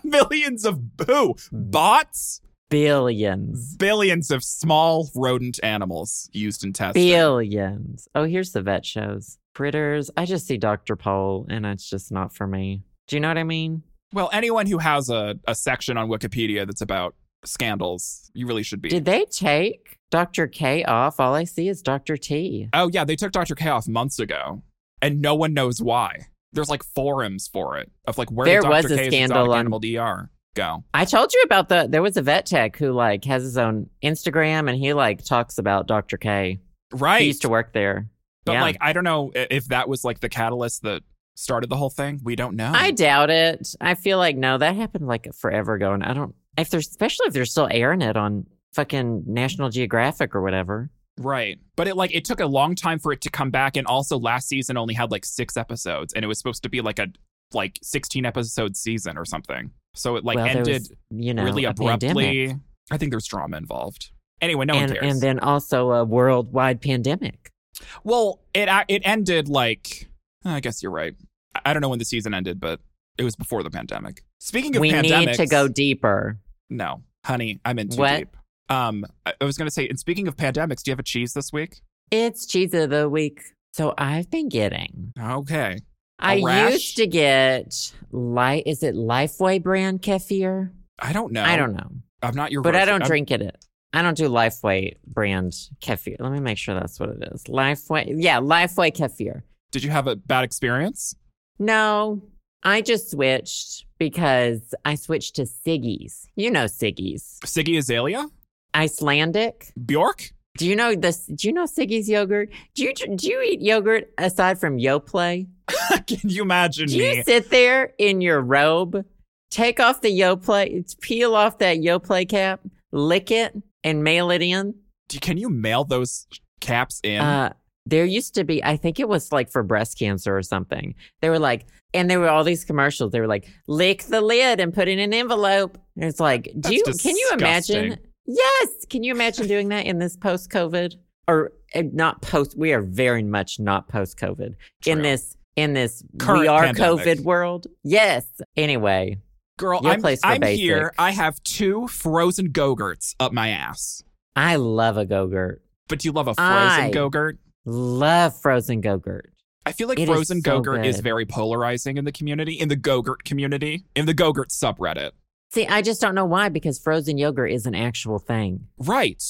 B: Millions of who? Bots?
A: billions,
B: Billions of small rodent animals used in testing.
A: billions. Oh, here's the vet shows. Critters. I just see Dr. Pole and it's just not for me. Do you know what I mean?
B: well, anyone who has a, a section on Wikipedia that's about scandals, you really should be.
A: Did they take Dr. K off? All I see is Dr. T.
B: oh, yeah, they took Dr. K off months ago, and no one knows why. There's like forums for it of like where
A: There
B: did Dr.
A: was a
B: K's
A: scandal
B: exotic
A: on-
B: animal DR go.
A: I told you about the there was a vet tech who like has his own Instagram and he like talks about Dr. K. He
B: Right.
A: used to work there.
B: But
A: yeah.
B: like, I don't know i- if that was like the catalyst that started the whole thing. We don't know.
A: I doubt it. I feel like no, that happened like forever ago, and I don't. If they're especially if they're still airing it on fucking National Geographic or whatever.
B: Right. But it like it took a long time for it to come back and also last season only had like 6 episodes and it was supposed to be like a like 16 episode season or something. So it like
A: well,
B: ended
A: there was, you know,
B: really
A: a
B: abruptly.
A: pandemic.
B: I think there's drama involved. Anyway, no
A: and,
B: one cares.
A: and then also a worldwide pandemic.
B: well, it a- it ended like eh, I guess you're right. I- I don't know when the season ended, but it was before the pandemic. Speaking of
A: We
B: pandemics,
A: need to go deeper.
B: No, honey, I'm in too
A: What?
B: deep. Um, I, I was gonna say, and speaking of pandemics, do you have a cheese this week?
A: It's cheese of the week. So I've been getting.
B: Okay,
A: I
B: rash?
A: used to get light. Is it Lifeway brand kefir?
B: I don't know.
A: I don't know,
B: I'm not your.
A: but I
B: version.
A: don't
B: I'm-
A: drink it. I don't do Lifeway brand kefir. Let me make sure that's what it is. Lifeway, yeah, Lifeway kefir.
B: Did you have a bad experience?
A: No, I just switched because I switched to Siggy's. You know Siggy's,
B: Siggy Azalea,
A: Icelandic.
B: Bjork.
A: Do you know this? Do you know Siggy's yogurt? Do you do you eat yogurt aside from YoPlay?
B: Can you imagine
A: Do
B: me?
A: you sit there in your robe, take off the YoPlay, peel off that YoPlay cap, lick it, and mail it in?
B: Do- Can you mail those caps in?
A: Uh, there used to be, I think it was like for breast cancer or something. They were like, and there were all these commercials. They were like, lick the lid and put in an envelope. And it's like, do
B: That's
A: you, can you imagine?
B: disgusting.
A: Yes. Can you imagine doing that in this post COVID or uh, not post? We are very much not post COVID in
B: True.
A: this, in this we
B: Current
A: are
B: pandemic.
A: COVID world. Yes. Anyway,
B: Girl,
A: your
B: I'm,
A: place for
B: I'm here.
A: basics.
B: I have two frozen go-gurts up my ass.
A: I love a Go-Gurt.
B: But you love a
A: I-
B: frozen go-gurt?
A: Love frozen Go-Gurt.
B: I feel like
A: It is
B: frozen
A: so
B: go-gurt is
A: good.
B: very polarizing in the community, in the go-gurt community, in the go-gurt subreddit.
A: See, I just don't know why because frozen yogurt is an actual thing.
B: Right.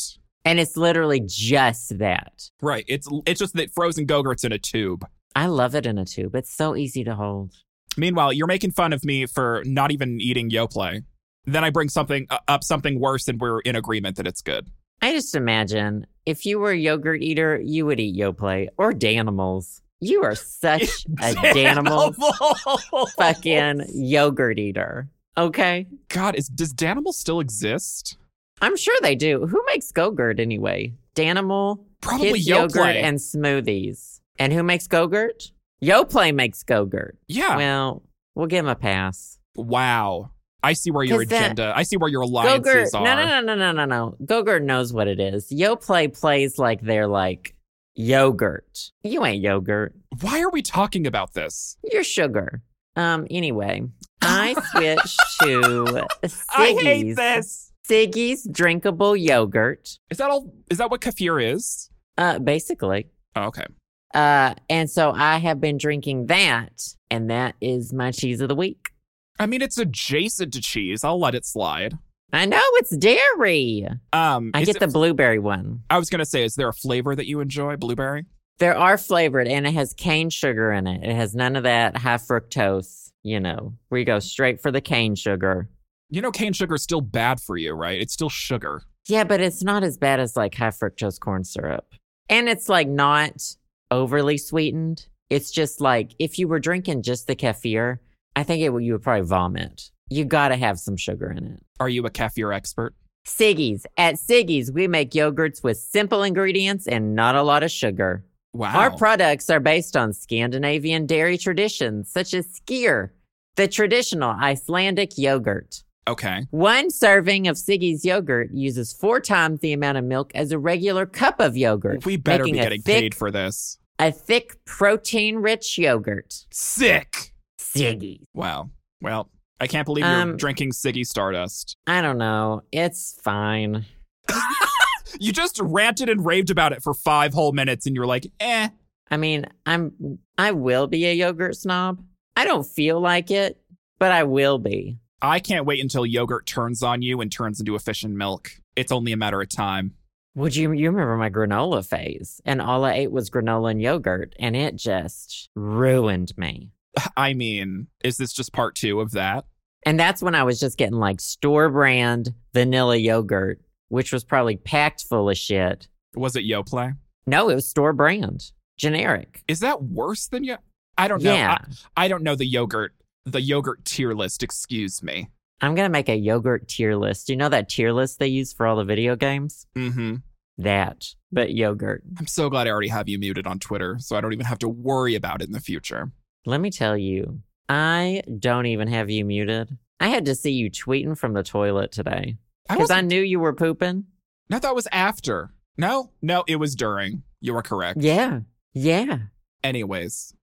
A: And it's literally just that.
B: Right. It's it's just that frozen go-gurt's in a tube.
A: I love it in a tube. It's so easy to hold.
B: Meanwhile, you're making fun of me for not even eating Yoplait. Then I bring something uh, up something worse and we're in agreement that it's good.
A: I just imagine if you were a yogurt eater, you would eat Yoplait or Danimals. You are such a
B: Oh,
A: Danimal
B: Danimal.
A: fucking yogurt eater. Okay.
B: God, is does Danimal still exist?
A: I'm sure they do. Who makes Go-Gurt anyway? Danimal,
B: Probably
A: kids yogurt,
B: Yoplait.
A: and smoothies. And who makes Go-Gurt? Yoplait makes Go-Gurt.
B: yeah.
A: Well, we'll give him a pass.
B: Wow. I see where your
A: 'Cause that-
B: agenda, I see where your alliances
A: Gogurt,
B: are.
A: no, no, no, no, no, no, no. Gogurt knows what it is. Yo play plays like they're like yogurt. You ain't yogurt.
B: Why are we talking about this?
A: You're sugar. Um. Anyway, I switched to Siggy's.
B: I hate this.
A: Siggy's drinkable yogurt.
B: Is that all? Is that what kefir is?
A: Uh, basically.
B: Oh, okay.
A: Uh, and so I have been drinking that, and that is my cheese of the week.
B: I mean, it's adjacent to cheese. I'll let it slide.
A: I know it's dairy.
B: Um,
A: I
B: is
A: get
B: it-
A: the blueberry one.
B: I was gonna say, is there a flavor that you enjoy? Blueberry.
A: There are flavored, and it has cane sugar in it. It has none of that high fructose, you know, we go straight for the cane sugar.
B: You know, cane sugar is still bad for you, right? It's still sugar.
A: Yeah, but it's not as bad as like high fructose corn syrup. And it's like not overly sweetened. It's just like if you were drinking just the kefir, I think it would, you would probably vomit. You got to have some sugar in it.
B: Are you a kefir expert?
A: Siggy's. At Siggy's, we make yogurts with simple ingredients and not a lot of sugar.
B: Wow.
A: Our products are based on Scandinavian dairy traditions, such as skyr, the traditional Icelandic yogurt.
B: okay.
A: One serving of Siggy's yogurt uses four times the amount of milk as a regular cup of yogurt.
B: We better be
A: making a
B: getting
A: thick-
B: paid for this.
A: A thick, protein rich yogurt.
B: Sick.
A: Siggy's.
B: Wow. Well, I can't believe
A: Um,
B: you're drinking Siggy Stardust.
A: I don't know. It's fine.
B: You just ranted and raved about it for five whole minutes, and you're like, eh.
A: I mean, I'm I will be a yogurt snob. I don't feel like it, but I will be.
B: I can't wait until yogurt turns on you and turns into a fish and milk. It's only a matter of time.
A: Would you you remember my granola phase? And all I ate was granola and yogurt, and it just ruined me.
B: I mean, is this just part two of that?
A: And that's when I was just getting like store brand vanilla yogurt, which was probably packed full of shit.
B: Was it Yoplait?
A: No, it was store brand, generic.
B: Is that worse than yo? I don't know.
A: Yeah,
B: I, I don't know the yogurt, the yogurt tier list. Excuse me.
A: I, am gonna make a yogurt tier list. You know that tier list they use for all the video games?
B: Mm-hmm.
A: That, but yogurt.
B: I'm so glad I already have you muted on Twitter, so I don't even have to worry about it in the future.
A: Let me tell you, I don't even have you muted. I had to see you tweeting from the toilet today
B: I
A: because
B: was
A: I knew you were pooping.
B: no, that was after. No, no, it was during. You were correct.
A: Yeah. Yeah.
B: Anyways,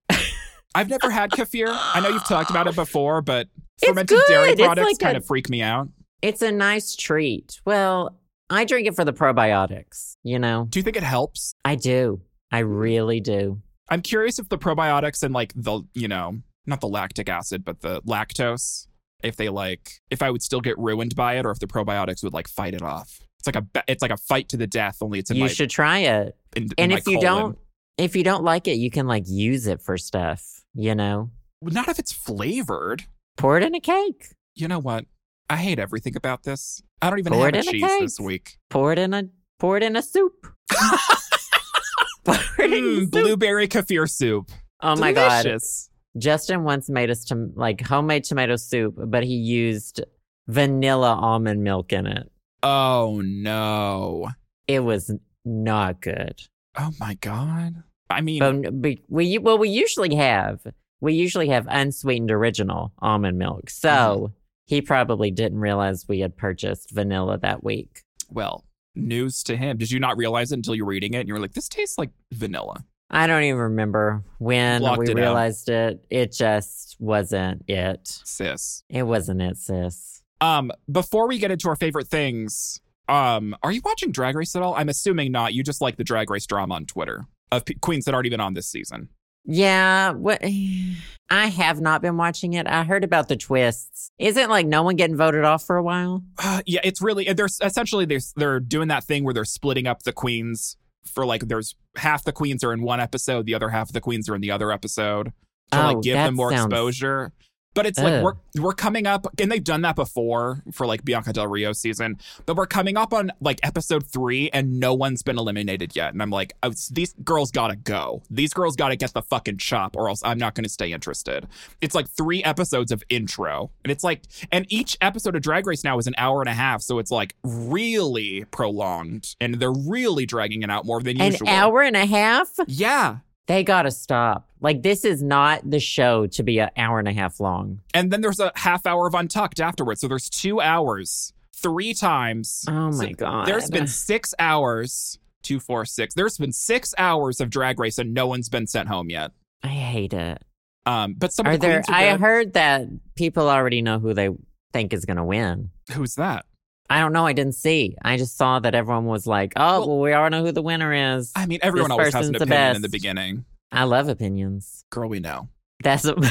B: I've never had kefir. I know you've talked about it before, but
A: It's
B: fermented dairy
A: good. It's
B: products
A: like
B: kind
A: a-
B: of freak me out.
A: It's a nice treat. Well, I drink it for the probiotics, you know?
B: Do you think it helps?
A: I do. I really do.
B: I'm curious if the probiotics and like the, you know, not the lactic acid, but the lactose, if they like, if I would still get ruined by it or if the probiotics would like fight it off. It's like a, ba- it's like a fight to the death, only it's in
A: you
B: my,
A: should try it.
B: in, in
A: And
B: my
A: if you
B: colon.
A: don't if you don't like it, you can like use it for stuff, you know?
B: not if it's flavored.
A: Pour it in a cake.
B: You know what? I hate everything about this. I don't even
A: Pour
B: have
A: it in
B: a
A: a
B: cheese
A: cake.
B: this week.
A: Pour it in a pour it in a soup. pour it in
B: Mm,
A: soup.
B: blueberry kefir soup.
A: oh my god.
B: Delicious.
A: Justin once made us to like homemade tomato soup, but he used vanilla almond milk in it.
B: Oh no.
A: It was not good.
B: Oh my god. I mean,
A: But, but we u- well we usually have we usually have unsweetened original almond milk. So
B: Mm-hmm.
A: he probably didn't realize we had purchased vanilla that week.
B: well, news to him. Did you not realize it until you were eating it and you were like, this tastes like vanilla?
A: I don't even remember when
B: Blocked
A: we
B: it out.
A: realized it. It just wasn't it.
B: Sis.
A: It wasn't it, sis.
B: Um, before we get into our favorite things, um, are you watching Drag Race at all? I'm assuming not. You just like the Drag Race drama on Twitter of p- queens that already been on this season.
A: Yeah, what I have not been watching it. I heard about the twists. Isn't like no one getting voted off for a while?
B: Uh, yeah, it's really they're essentially they're they're doing that thing where they're splitting up the queens for like there's half the queens are in one episode, the other half of the queens are in the other episode to
A: Oh,
B: like give
A: that
B: them more
A: sounds-
B: exposure. But it's like
A: Ugh.
B: we're we're coming up, and they've done that before for like Bianca Del Rio season. But we're coming up on like episode three, and no one's been eliminated yet. And I'm like, oh, it's- these girls gotta go. These girls gotta get the fucking chop, or else I'm not gonna stay interested. It's like three episodes of intro, and it's like, and each episode of Drag Race now is an hour and a half, so it's like really prolonged, and they're really dragging it out more than
A: An
B: usual.
A: hour and a half?
B: Yeah,
A: They gotta stop. Like this is not the show to be an hour and a half long.
B: And then there's a half hour of Untucked afterwards. So there's two hours, three times.
A: Oh
B: So
A: my god.
B: There's been six hours, two, four, six. There's been six hours of Drag Race and no one's been sent home yet.
A: I hate it.
B: Um, but some
A: Are
B: of the
A: there
B: queens are
A: I
B: good.
A: heard that people already know who they think is gonna win.
B: Who's that?
A: I don't know, I didn't see. I just saw that everyone was like, Oh,
B: Well-
A: well, we already know who the winner is.
B: I mean, everyone
A: This
B: always has an
A: person's the
B: opinion in the
A: best.
B: beginning.
A: I love opinions.
B: Girl, we know.
A: That's what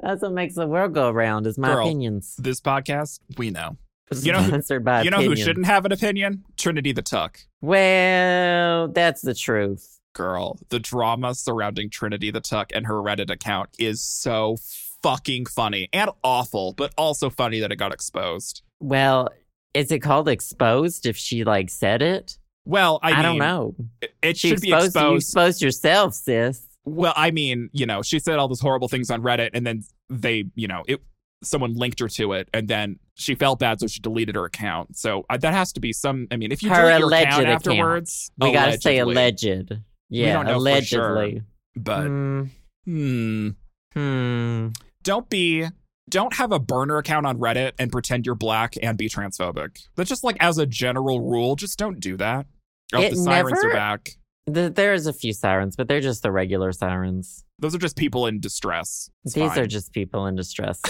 A: That's what makes the world go round is my
B: Girl,
A: opinions.
B: This podcast, we know. you know who-
A: Sponsored by
B: you know who
A: opinions.
B: shouldn't have an opinion? Trinity the Tuck.
A: Well, that's the truth.
B: Girl, the drama surrounding Trinity the Tuck and her Reddit account is so fucking funny and awful, but also funny that it got exposed.
A: Well, is it called exposed if she like said it?
B: Well, I,
A: I,
B: mean,
A: don't know.
B: It, it
A: She
B: should be
A: exposed, you
B: exposed.
A: exposed yourself, sis.
B: Well, I mean, you know, she said all those horrible things on Reddit, and then they, you know, it someone linked her to it, and then she felt bad, so she deleted her account. So uh, that has to be some. I mean, if you
A: Her
B: delete your account,
A: alleged account.
B: afterwards,
A: We gotta say
B: allegedly,
A: alleged. Yeah,
B: don't know for sure,
A: allegedly.
B: But
A: Hmm,
B: hmm,
A: hmm.
B: don't be. Don't have a burner account on Reddit and pretend you're black and be transphobic. That's just like as a general rule, just don't do that. Oh,
A: It
B: the sirens
A: never-
B: are back.
A: Th- there's a few sirens, but they're just the regular sirens.
B: Those are just people in distress. It's
A: These
B: fine.
A: are just people in distress.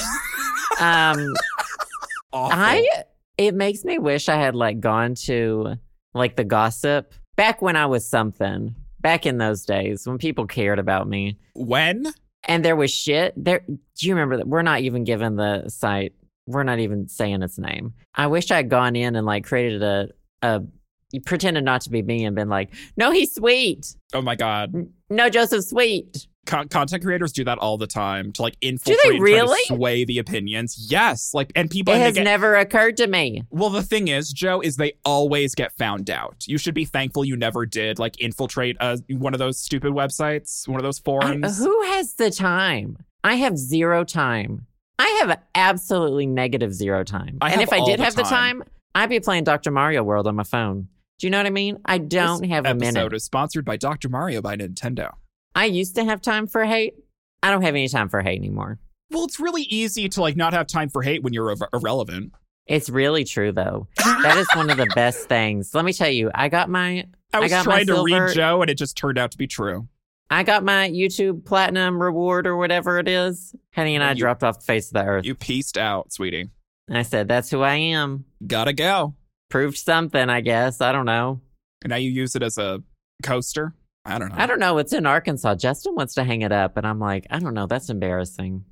A: um,
B: Awful.
A: I it makes me wish I had like gone to like the gossip back when I was something. Back in those days when people cared about me
B: when
A: and there was shit there do you remember that we're not even given the site we're not even saying its name. I wish I'd gone in and like created a a pretended not to be me and been like, "No, he's sweet.
B: oh my god.
A: No, Joseph's sweet."
B: con- content creators do that all the time to like
A: they
B: infiltrate and try to
A: really?
B: sway the opinions. Yes, like and people.
A: It
B: and they
A: has
B: get-
A: never occurred to me.
B: well, the thing is, Joe, is they always get found out. You should be thankful you never did like infiltrate uh, one of those stupid websites, one of those
A: I-
B: forums.
A: who has the time? I have zero time. I have absolutely negative zero time.
B: I
A: and
B: have
A: if I
B: all
A: did
B: the
A: have the
B: time.
A: time, I'd be playing Dr. Mario World on my phone. Do you know what I mean? I don't have a
B: Episode
A: minute.
B: is sponsored by Dr. Mario by Nintendo.
A: I used to have time for hate. I don't have any time for hate anymore.
B: Well, it's really easy to like not have time for hate when you're irre- irrelevant.
A: It's really true though. That is one of the best things. Let me tell you, I got my
B: I
A: I
B: was
A: got my
B: trying to
A: silver-
B: read Joe, and it just turned out to be true.
A: I got my YouTube platinum reward or whatever it is. Honey and I
B: You-
A: dropped off the face of the earth.
B: You pieced out, sweetie.
A: I said, That's who I am.
B: Gotta go.
A: Proved something, I guess. I don't know.
B: And now you use it as a coaster. I don't know.
A: I don't know. It's in Arkansas. Justin wants to hang it up, and I'm like, I don't know. That's embarrassing.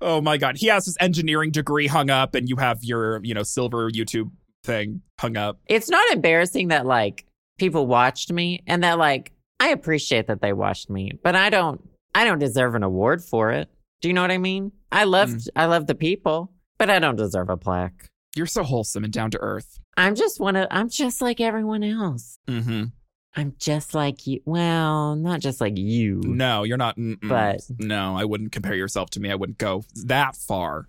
B: oh my god, he has his engineering degree hung up, and you have your you know silver YouTube thing hung up.
A: It's not embarrassing that like people watched me, and that like I appreciate that they watched me, but I don't. I don't deserve an award for it. Do you know what I mean? I loved.
B: Mm.
A: I love the people, but I don't deserve a plaque.
B: You're so wholesome and down to earth.
A: I'm just one of. I'm just like everyone else.
B: Mm-hmm.
A: I'm just like you. Well, not just like you.
B: No, you're not. Mm-mm.
A: But-
B: no, I wouldn't compare yourself to me. I wouldn't go that far.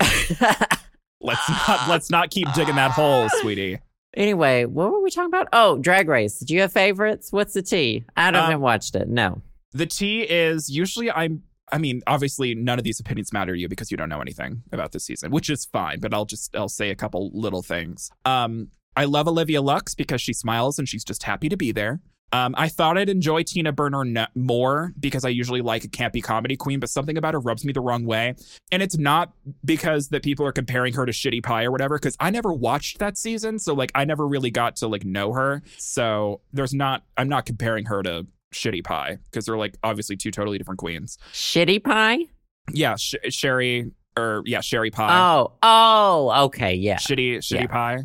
B: Let's not. Let's not keep digging that hole, sweetie.
A: anyway, what were we talking about? Oh, Drag Race. Do you have favorites? What's the tea? I
B: Um,
A: haven't watched it. No.
B: The T is usually I'm. I mean, obviously, none of these opinions matter to you because you don't know anything about this season, which is fine. But I'll just I'll say a couple little things. Um, I love Olivia Lux because she smiles and she's just happy to be there. Um, I thought I'd enjoy Tina Burner n- more because I usually like a campy comedy queen, but something about her rubs me the wrong way. And it's not because that people are comparing her to Shitty Pie or whatever, because I never watched that season, so like I never really got to like know her. So there's not I'm not comparing her to Shitty Pie because they're like obviously two totally different queens.
A: Shitty Pie?
B: Yeah, sh- Sherry or yeah Sherry Pie,
A: Oh, oh, okay, yeah.
B: Shitty Shitty
A: Yeah.
B: Pie.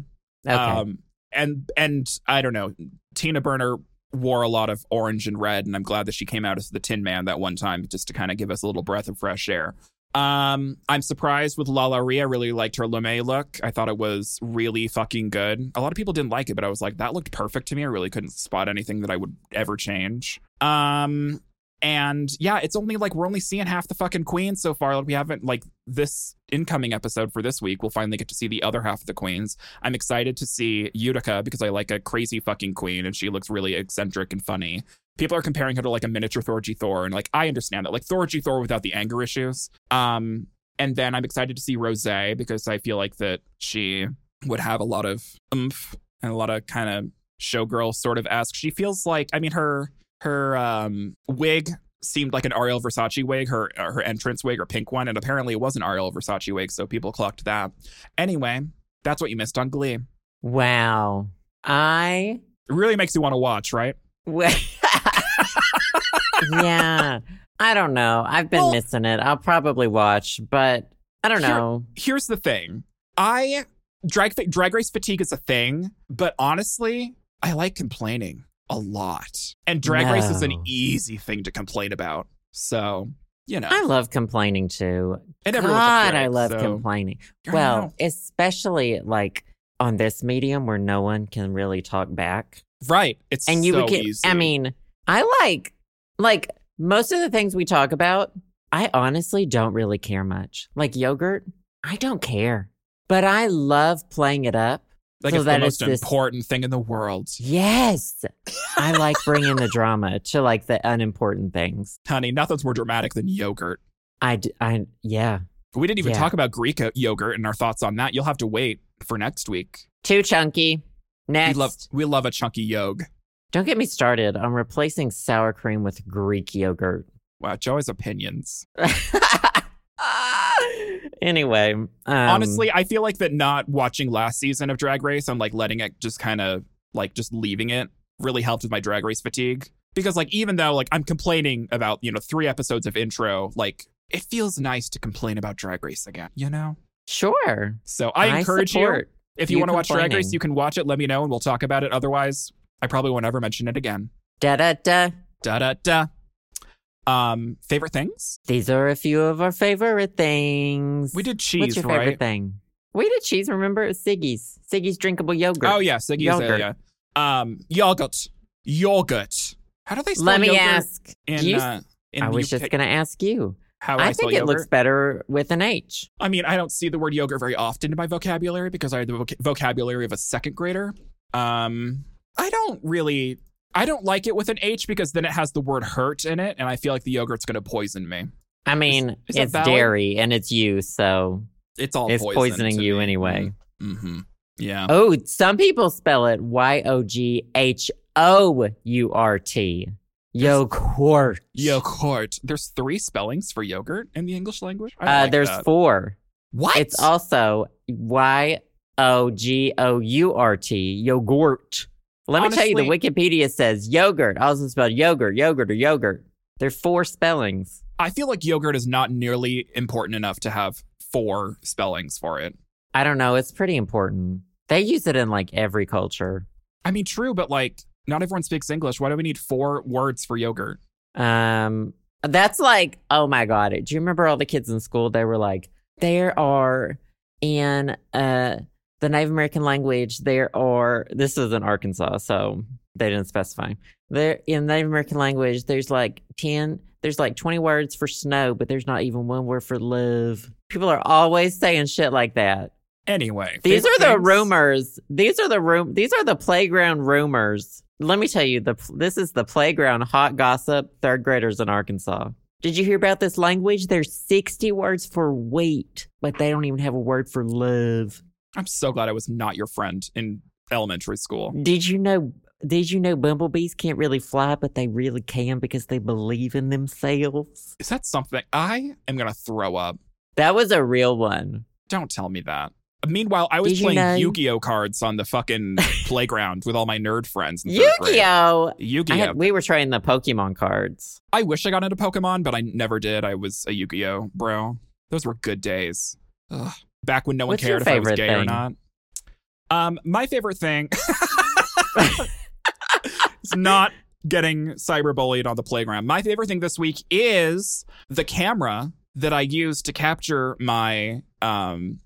A: Okay.
B: Um, and and I don't know. Tina Burner wore a lot of orange and red, and I'm glad that she came out as the Tin Man that one time just to kind of give us a little breath of fresh air. Um, I'm surprised with La La Ria. I really liked her LeMay look. I thought it was really fucking good. A lot of people didn't like it, but I was like, that looked perfect to me. I really couldn't spot anything that I would ever change. Um, and yeah, it's only like we're only seeing half the fucking queens so far. Like, we haven't like this incoming episode for this week. We'll finally get to see the other half of the queens. I'm excited to see Utica because I like a crazy fucking queen and she looks really eccentric and funny. People are comparing her to like a miniature Thorgy Thor and like I understand that. Like Thorgy Thor without the anger issues. Um and then I'm excited to see Rose because I feel like that she would have a lot of oomph and a lot of kind of showgirl sort of esque. She feels like I mean her her um wig seemed like an Ariel Versace wig, her her entrance wig or pink one, and apparently it was an Ariel Versace wig, so people clocked that. Anyway, that's what you missed on Glee.
A: wow. I
B: It really makes you want to watch, right?
A: w- Yeah. I don't know. I've been
B: Well-
A: missing it. I'll probably watch, but I don't
B: Here-
A: know.
B: Here's the thing. I drag fa- drag race fatigue is a thing, but honestly, I like complaining a lot. And drag race is an
A: No.
B: easy thing to complain about. So, you know,
A: I love complaining too.
B: and everyone's a
A: God,
B: critic,
A: I love
B: so-
A: complaining.
B: I don't know.
A: Well, especially like on this medium where no one can really talk back.
B: right. It's
A: and you
B: so
A: would get
B: easy.
A: i mean i like like most of the things we talk about i honestly don't really care much like yogurt i don't care but i love playing it up
B: like
A: so
B: it's the
A: that
B: most
A: it's this-
B: important thing in the world.
A: yes i like bringing the drama to like the unimportant things
B: Honey, nothing's more dramatic than yogurt.
A: i d- i yeah
B: We didn't even
A: Yeah.
B: talk about Greek o- yogurt and our thoughts on that. You'll have to wait for next week.
A: too chunky next
B: We love we love a chunky yog.
A: don't get me started on replacing sour cream with greek yogurt
B: Wow, Joe has opinions.
A: anyway um,
B: Honestly, I feel like that not watching last season of Drag Race and like letting it just kind of like just leaving it really helped with my Drag Race fatigue. Because like even though like I'm complaining about you know three episodes of intro, like it feels nice to complain about Drag Race again. You know.
A: sure
B: So I encourage you
A: support.
B: if you
A: you
B: want to watch Drag Race,
A: complaining.
B: you can watch it. Let me know and we'll talk about it. Otherwise, I probably won't ever mention it again.
A: Da da da.
B: Da da da. Um, favorite things?
A: These are a few of our favorite things.
B: We did
A: What's
B: cheese,
A: your favorite
B: right?
A: thing? We did cheese. Remember Siggy's Siggy's drinkable yogurt.
B: Oh yeah, Siggy
A: Yogurt.
B: yeah. Um, yogurt, yogurt. How do they spell
A: Let me
B: yogurt
A: ask.
B: In,
A: do you-
B: uh, in
A: I
B: the
A: was
B: UK?
A: just gonna ask you.
B: How do
A: I
B: spell
A: think it
B: yogurt?
A: looks better with an H.
B: I mean, I don't see the word yogurt very often in my vocabulary because I have the voc- vocabulary of a second grader. Um, I don't really. I don't like it with an H because then it has the word hurt in it, and I feel like the yogurt's going to poison me.
A: I mean,
B: is that
A: it's
B: valid?
A: dairy and it's you, so
B: It's all
A: it's
B: poison
A: poisoning
B: to
A: you
B: me.
A: anyway.
B: Mm-hmm. Yeah.
A: Oh, some people spell it Y O G H O U R T. Yogurt.
B: Yogurt. There's three spellings for yogurt in the English language. I don't
A: Uh,
B: like
A: there's
B: that.
A: four.
B: what?
A: It's also Y O G O U R T, yogurt. Let me tell you, the
B: Honestly-
A: Wikipedia says yogurt, also spelled yogurt, yogurt, or yogurt. There are four spellings.
B: I feel like yogurt is not nearly important enough to have four spellings for it.
A: I don't know. It's pretty important. They use it in like every culture.
B: I mean, true, but like, not everyone speaks English. Why do we need four words for yogurt?
A: Um, that's like, oh my god! Do you remember all the kids in school? They were like, there are in uh the Native American language. There are this is in Arkansas, so they didn't specify. There in Native American language, there's like ten, there's like twenty words for snow, but there's not even one word for love. People are always saying shit like that.
B: Anyway,
A: These are
B: favorite
A: the
B: things?
A: rumors. These are the room. These are the playground rumors. Let me tell you, the this is the playground hot gossip. Third graders in Arkansas. Did you hear about this language? There's 60 words for wait, but they don't even have a word for love.
B: I'm so glad I was not your friend in elementary school.
A: Did you know? Did you know bumblebees can't really fly, but they really can because they believe in themselves?
B: Is that something I am gonna throw up?
A: That was a real one.
B: Don't tell me that. Meanwhile, I was
A: Did you
B: playing
A: know-
B: Yu-Gi-Oh cards on the fucking playground with all my nerd friends. in third grade.
A: Yu-Gi-Oh! I
B: Yu-Gi-Oh!
A: had, we were trying the Pokemon cards.
B: I wish I got into Pokemon, but I never did. I was a Yu-Gi-Oh, bro. Those were good days. Ugh. Back when no one
A: What's your
B: cared if I was
A: favorite
B: gay or
A: thing?
B: not. Um, my favorite thing is not getting cyberbullied on the playground. My favorite thing this week is the camera that I used to capture my um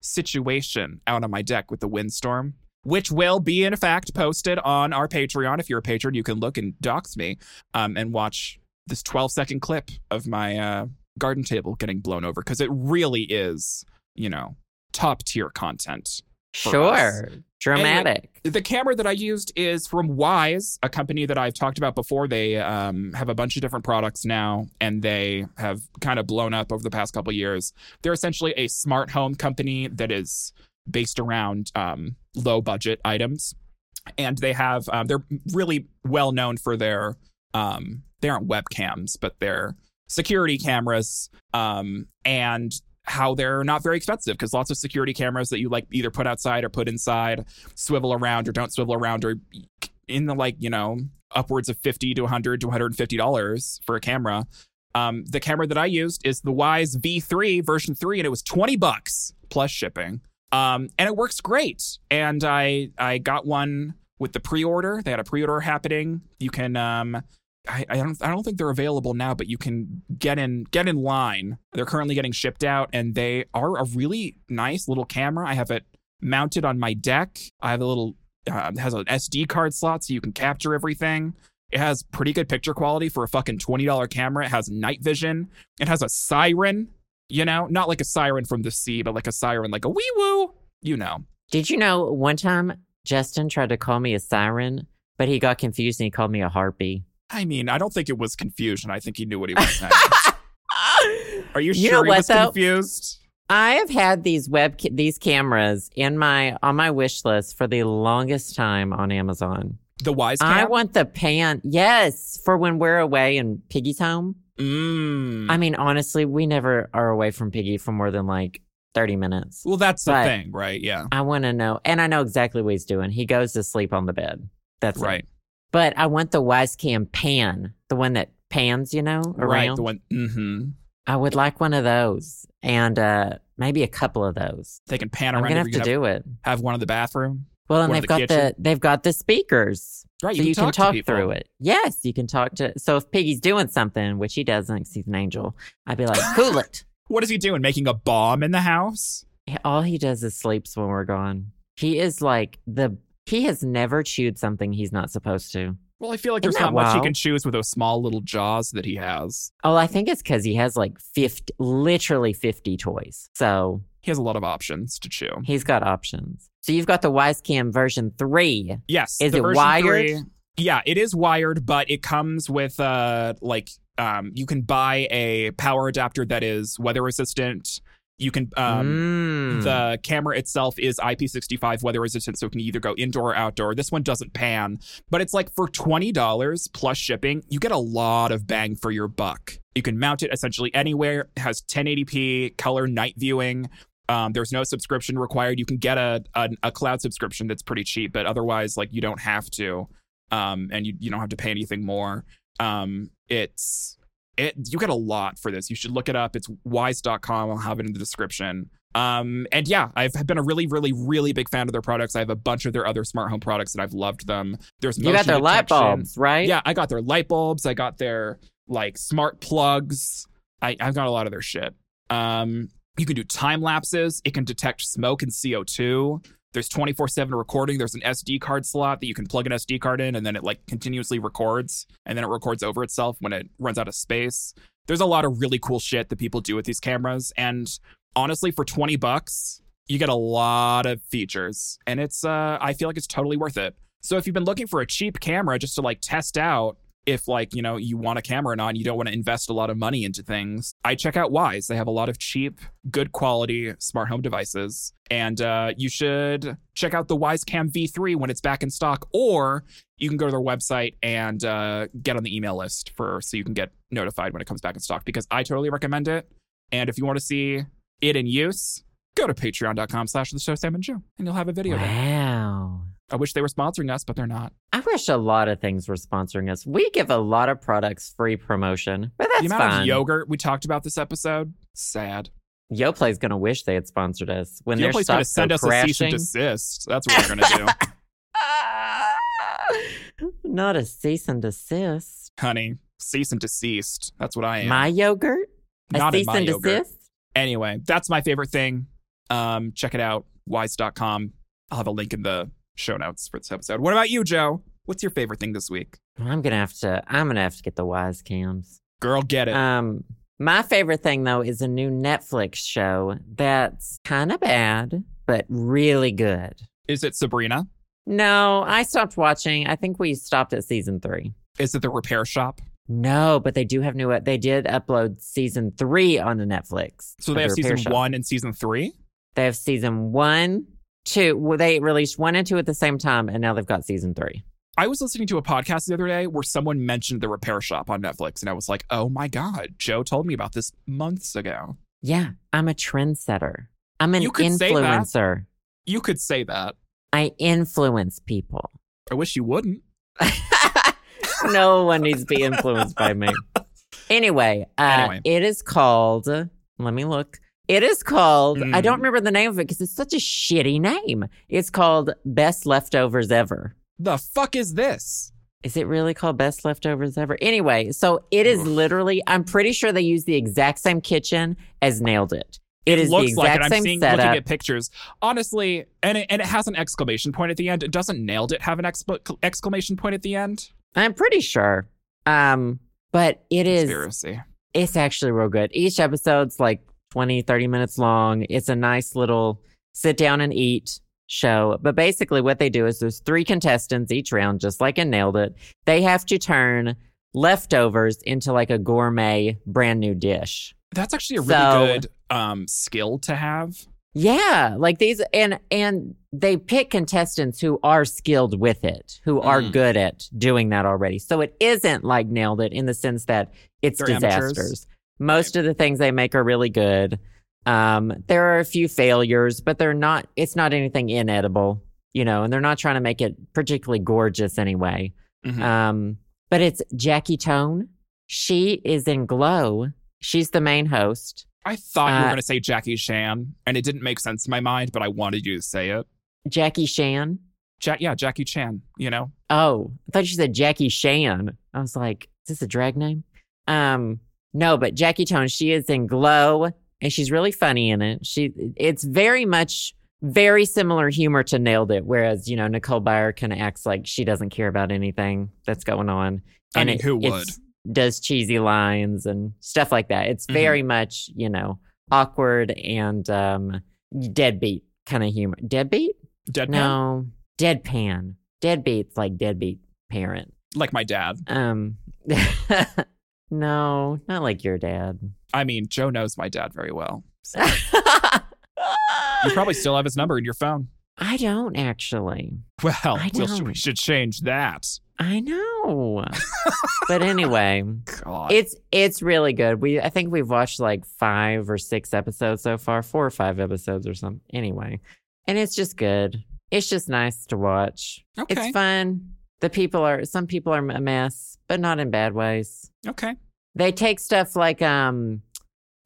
B: situation out on my deck with the windstorm, which will be in fact posted on our Patreon. If you're a patron, you can look and dox me um, and watch this 12 second clip of my uh, garden table getting blown over because it really is, you know, top tier content. For us.
A: Sure, dramatic.
B: The camera that I used is from Wise, a company that I've talked about before. They um, have a bunch of different products now, and they have kind of blown up over the past couple years. They're essentially a smart home company that is based around um, low budget items, and they have um, they're really well known for their um, they aren't webcams, but their security cameras um, and how they're not very expensive because lots of security cameras that you like either put outside or put inside swivel around or don't swivel around or in the like you know upwards of 50 to 100 to 150 dollars for a camera um, the camera that i used is the wise v3 version 3 and it was 20 bucks plus shipping um, and it works great and i i got one with the pre-order they had a pre-order happening you can um I, I don't I don't think they're available now, but you can get in get in line. They're currently getting shipped out and they are a really nice little camera. I have it mounted on my deck. I have a little uh, it has an SD card slot so you can capture everything. It has pretty good picture quality for a fucking twenty dollar camera. It has night vision. It has a siren. You know, not like a siren from the sea, but like a siren, like a wee woo. You know.
A: Did you know one time Justin tried to call me a siren, but he got confused and he called me a harpy?
B: I mean, I don't think it was confusion. I think he knew what he was saying. Are you,
A: You
B: sure
A: know
B: he
A: what,
B: was
A: though?
B: confused?
A: I have had these web ca- these cameras in my on my wish list for the longest time on Amazon.
B: The wise
A: I
B: cat.
A: want the pan, yes, for when we're away and Piggy's home.
B: Mm.
A: I mean, honestly, we never are away from Piggy for more than like thirty minutes.
B: well, that's the
A: but-
B: thing, right? Yeah,
A: I want to know, and I know exactly what he's doing. He goes to sleep on the bed. That's it.
B: right,
A: But I want the Wisecam pan, the one that pans, you know, around.
B: right. The one mm-hmm.
A: I would like one of those and uh, maybe a couple of those.
B: they can pan
A: I'm
B: around.
A: gonna have
B: you
A: to
B: can have,
A: do it.
B: have one in the bathroom.
A: Well, and
B: one
A: they've
B: in the
A: got the
B: kitchen.
A: they've got the speakers,
B: Right,
A: so you can
B: talk,
A: talk
B: to people.
A: through it. Yes, you can talk to. So if Piggy's doing something, which he doesn't, 'cause he's an angel, I'd be like, cool it.
B: What is he doing? Making a bomb in the house?
A: All he does is sleeps when we're gone. He is like the he has never chewed something he's not supposed to.
B: Well, I feel like
A: Isn't
B: there's
A: that
B: not much he
A: wild?
B: can choose with those small little jaws that he has.
A: Oh, I think it's because he has like 50, literally 50 toys. So
B: He has a lot of options to chew.
A: he's got options. So you've got the Wisecam version three.
B: Yes,
A: Is
B: the
A: it
B: version
A: wired?
B: three- yeah, it is wired, but it comes with uh like um you can buy a power adapter that is weather resistant. You can um
A: Mm.
B: the camera itself is IP65 weather resistant, so it can either go indoor or outdoor. This one doesn't pan, but it's like for $20 plus shipping, you get a lot of bang for your buck. You can mount it essentially anywhere, it has 1080p color night viewing. Um, there's no subscription required. You can get a, a a cloud subscription that's pretty cheap, but otherwise, like you don't have to, um, and you, you don't have to pay anything more. Um, it's it you get a lot for this. You should look it up. It's wise.com. I'll have it in the description. Um, and yeah, I've been a really, really, really big fan of their products. I have a bunch of their other smart home products and I've loved them. There's
A: you got
B: motion
A: their light
B: detection.
A: bulbs, right?
B: Yeah, I got their light bulbs. I got their like smart plugs. I, I've got a lot of their shit. Um, you can do time lapses. It can detect smoke and CO2. There's 24 7 recording. There's an SD card slot that you can plug an SD card in and then it like continuously records and then it records over itself when it runs out of space. There's a lot of really cool shit that people do with these cameras. And honestly, for 20 bucks, you get a lot of features and it's, uh, I feel like it's totally worth it. So if you've been looking for a cheap camera just to like test out if like, you know, you want a camera or not, and you don't want to invest a lot of money into things, I check out Wise. They have a lot of cheap, good quality smart home devices. And uh, you should check out the Wise Cam V3 when it's back in stock, or you can go to their website and uh, get on the email list for so you can get notified when it comes back in stock because I totally recommend it. And if you want to see it in use, go to patreon.com slash the show Sam and Joe and you'll have a video there.
A: Wow.
B: I wish they were sponsoring us, but they're not.
A: I wish a lot of things were sponsoring us. We give a lot of products free promotion, but that's
B: the amount
A: fine.
B: of yogurt we talked about this episode, sad.
A: YoPlay's gonna wish they had sponsored us when their
B: Yoplait
A: stock's
B: gonna send
A: go
B: us a cease
A: crashing.
B: and desist. That's what we're gonna do,
A: Ah! Not a cease and desist.
B: honey. Cease and desist. That's what I am.
A: My yogurt? A
B: Not in
A: cease
B: my
A: and
B: yogurt.
A: desist?
B: Anyway, that's my favorite thing. Um, check it out, wise.com. I'll have a link in the show notes for this episode. What about you, Joe? What's your favorite thing this week?
A: I'm gonna have to I'm gonna have to get the wise cams.
B: Girl, get it.
A: Um, my favorite thing though is a new Netflix show that's kind of bad but really good.
B: Is it Sabrina?
A: No, I stopped watching. I think we stopped at season three.
B: Is it the repair shop?
A: No, but they do have new. They did upload season three onto Netflix.
B: So they
A: of
B: have
A: the repair
B: season
A: shop.
B: one and season three.
A: They have season one, two. Well, they released one and two at the same time, and now they've got season three.
B: I was listening to a podcast the other day where someone mentioned the repair shop on Netflix, and I was like, oh my God, Joe told me about this months ago.
A: Yeah, I'm a trendsetter. I'm an
B: You could say that.
A: influencer.
B: You could say that.
A: I influence people.
B: I wish you wouldn't.
A: no one needs to be influenced by me. Anyway, uh,
B: Anyway.
A: it is called. Let me look. It is called. I
B: Mm.
A: don't remember the name of it because it's such a shitty name. It's called Best Leftovers Ever.
B: The fuck is this?
A: Is it really called Best Leftovers Ever? Anyway, so it is
B: Oof.
A: literally, I'm pretty sure they use the exact same kitchen as Nailed It. it is the
B: Looks like
A: exact
B: it. I'm
A: same
B: seeing
A: setup.
B: looking at pictures. Honestly, and it, and it has an exclamation point at the end. It doesn't nailed it have an exp- exclamation point at the end.
A: I'm pretty sure. Um, but it is,
B: Conspiracy.
A: it's actually real good. Each episode's like 20, 30 minutes long. It's a nice little sit down and eat show. But basically, what they do is there's three contestants each round, just like in Nailed It. They have to turn leftovers into like a gourmet brand new dish.
B: That's actually a really
A: So-
B: good um, skill to have.
A: Yeah, like these and and they pick contestants who are skilled with it, who are
B: Mm.
A: good at doing that already. So it isn't like nailed it in the sense that it's
B: They're amateurs.
A: disasters. Most of the things they make are really good. Um there are a few failures, but they're not it's not anything inedible, you know, and they're not trying to make it particularly gorgeous anyway.
B: Mhm.
A: Um, but it's Jackie Tone. She is in Glow. She's the main host.
B: I thought you were
A: uh,
B: going to say Jackie Chan, and it didn't make sense in my mind, but I wanted you to say it.
A: Jackie Shan.
B: Ja- yeah, Jackie Chan. You know,
A: Oh, I thought you said Jackie Shan. I was like, is this a drag name? Um, no, but Jackie Tone, she is in Glow and she's really funny in it. She it's very much very similar humor to Nailed It, whereas, you know, Nicole Byer kind of acts like she doesn't care about anything that's going on.
B: I mean, who
A: it's- Does cheesy lines and stuff like that. It's
B: Mhm.
A: very much, you know, awkward and um deadbeat kind of humor. Deadbeat?
B: Deadpan.
A: No, deadpan. Deadbeat's like deadbeat. parent.
B: like my dad.
A: Um, no, not like your dad.
B: I mean, Joe knows my dad very well. You probably still have his number in your phone.
A: I don't actually.
B: Well,
A: I
B: we'll, we
A: don't.
B: should change that.
A: I know. but anyway,
B: God.
A: it's it's really good. We I think we've watched like 5 or 6 episodes so far, 4 or 5 episodes or something. Anyway, and it's just good. It's just nice to watch.
B: okay.
A: It's fun. The people are some people are a mess, but not in bad ways.
B: okay.
A: They take stuff like um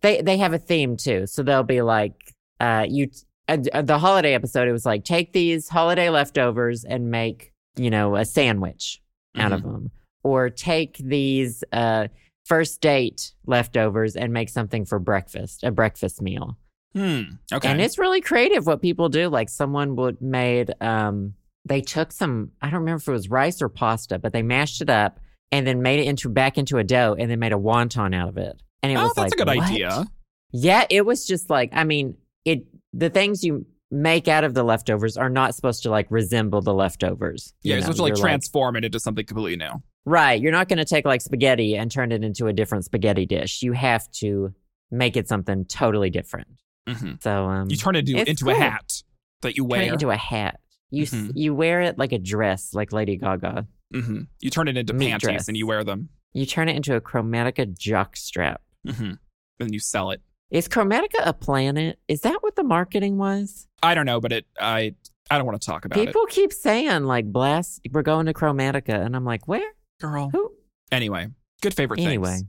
A: they they have a theme too. So they'll be like uh you uh, uh, the holiday episode it was like take these holiday leftovers and make, you know, a sandwich out of them or take these uh first date leftovers and make something for breakfast, a breakfast meal.
B: Mhm. Hmm. Okay.
A: And it's really creative what people do. Like someone would made um they took some I don't remember if it was rice or pasta, but they mashed it up and then made it into back into a dough and then made a wonton out of it. And it
B: oh,
A: was
B: that's
A: like
B: a good
A: "What?"
B: idea.
A: Yeah, it was just like I mean, it the things you make out of the leftovers are not supposed to like resemble the leftovers.
B: Yeah,
A: you
B: it's
A: know?
B: supposed to like
A: You're
B: transform it into something completely new.
A: Right. You're not going to take like spaghetti and turn it into a different spaghetti dish. You have to make it something totally different.
B: hmm
A: So um,
B: You turn it into,
A: it's
B: into a
A: cool.
B: hat that you
A: turn
B: wear.
A: it into a hat. You s
B: Mhm.
A: you wear it like a dress, like Lady Gaga.
B: hmm You turn it into
A: Meat
B: panties
A: dress.
B: and you wear them.
A: You turn it into a Chromatica jockstrap.
B: hmm Then you sell it.
A: Is Chromatica a planet? Is that what the marketing was?
B: I don't know, but it. I I don't want to talk about
A: People keep saying like blast, we're going to Chromatica, and I'm like, where?
B: it, girl.
A: Who?
B: Anyway, good favorite
A: Anyway.
B: things.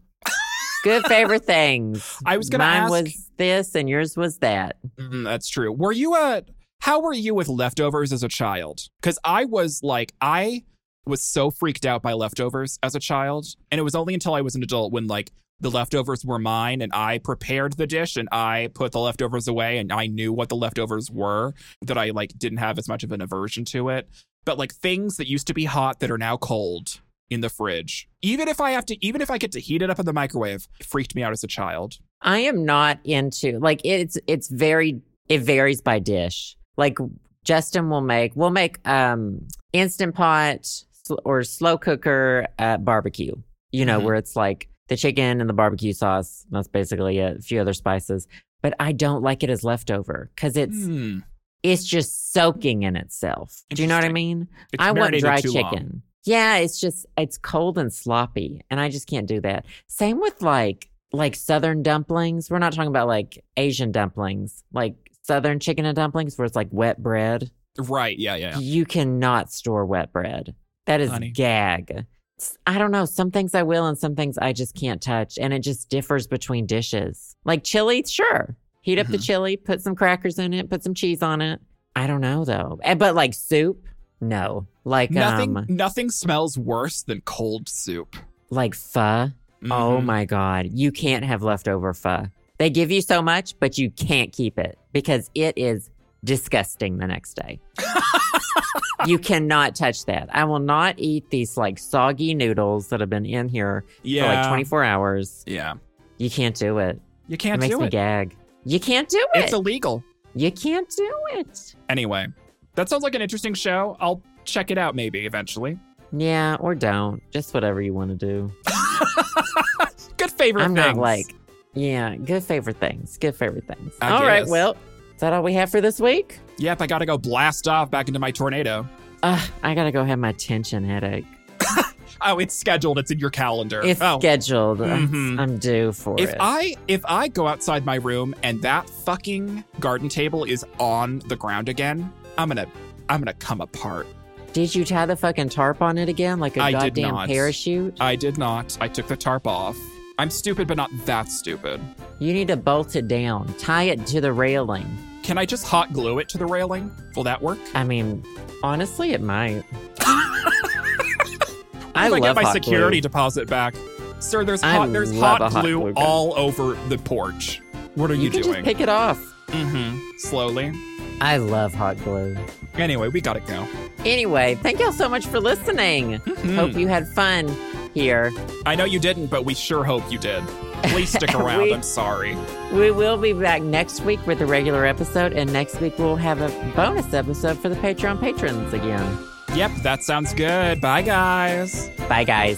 A: Good favorite things.
B: I was gonna
A: Mine
B: ask-
A: was this, and yours was that.
B: Mm, that's true. Were you a how were you with leftovers as a child? Because I was like I was so freaked out by leftovers as a child, and it was only until I was an adult when like the leftovers were mine and I prepared the dish and I put the leftovers away and I knew what the leftovers were that I like didn't have as much of an aversion to it. But like things that used to be hot that are now cold in the fridge. Even if I have to even if I get to heat it up in the microwave, it freaked me out as a child.
A: I am not into like it's it's very it varies by dish. Like Justin will make we'll make um instant pot sl- or slow cooker uh, barbecue. You know
B: Mhm.
A: where it's like the chicken and the barbecue sauce. That's basically it, a few other spices. But I don't like it as leftover because it's
B: Hmm.
A: it's just soaking in itself. Do you know what I mean?
B: It's
A: I want
B: marinated
A: dry
B: too
A: chicken.
B: long.
A: Yeah, it's just it's cold and sloppy, and I just can't do that. Same with like like southern dumplings. We're not talking about like Asian dumplings, like southern chicken and dumplings, where it's like wet bread.
B: Right. Yeah. Yeah.
A: You cannot store wet bread. That is
B: Honey.
A: gag. S- I don't know. Some things I will, and some things I just can't touch, and it just differs between dishes. Like chili, sure, heat up the
B: Mhm.
A: chili, put some crackers in it, put some cheese on it. I don't know though. Eh, But like soup, no. Like
B: Nothing.
A: um,
B: nothing smells worse than cold soup.
A: like pho. Oh
B: Mhm.
A: my God. You can't have leftover pho. They give you so much, but you can't keep it because it is disgusting the next day. you cannot touch that. I will not eat these like soggy noodles that have been in here
B: Yeah.
A: for like 24 hours.
B: yeah.
A: You can't do it.
B: You
A: it
B: can't
A: makes
B: do
A: me
B: it.
A: gag. You can't do it.
B: It's illegal.
A: you can't do it.
B: Anyway, that sounds like an interesting show. I'll check it out maybe eventually.
A: Yeah, or don't. Just whatever you want to do.
B: Good favorite
A: I'm
B: things.
A: not like, yeah, good favorite things. Good favorite things.
B: I
A: All right,
B: guess.
A: well, is that all we have for this week?
B: Yep. I gotta go blast off back into my tornado.
A: Ugh, I gotta go have my tension headache.
B: Oh, it's scheduled. It's in your calendar.
A: It's
B: oh.
A: scheduled.
B: Mhm.
A: I'm, I'm due for
B: If
A: it.
B: I if I go outside my room and that fucking garden table is on the ground again, I'm gonna I'm gonna come apart.
A: Did you tie the fucking tarp on it again like a
B: I did
A: goddamn
B: not.
A: parachute?
B: I did not. I took the tarp off. I'm stupid, but not that stupid.
A: You need to bolt it down, tie it to the railing.
B: Can I just hot glue it to the railing? Will that work?
A: I mean, honestly, it might.
B: What
A: I
B: if I
A: love
B: get my
A: hot
B: security
A: glue.
B: deposit back. Sir, there's
A: I
B: hot there's
A: love
B: hot,
A: a hot
B: glue,
A: glue gun.
B: all over the porch. What are you,
A: You can
B: doing?
A: just pick it off.
B: mm-hmm. Slowly.
A: I love hot glue.
B: Anyway, we gotta go.
A: Anyway, thank y'all so much for listening.
B: Mhm.
A: Hope you had fun here.
B: I know you didn't, but we sure hope you did. Please stick around.
A: We-
B: I'm sorry.
A: We will be back next week with a regular episode, and next week we'll have a bonus episode for the Patreon patrons again.
B: Yep, that sounds good. Bye, guys.
A: Bye, guys.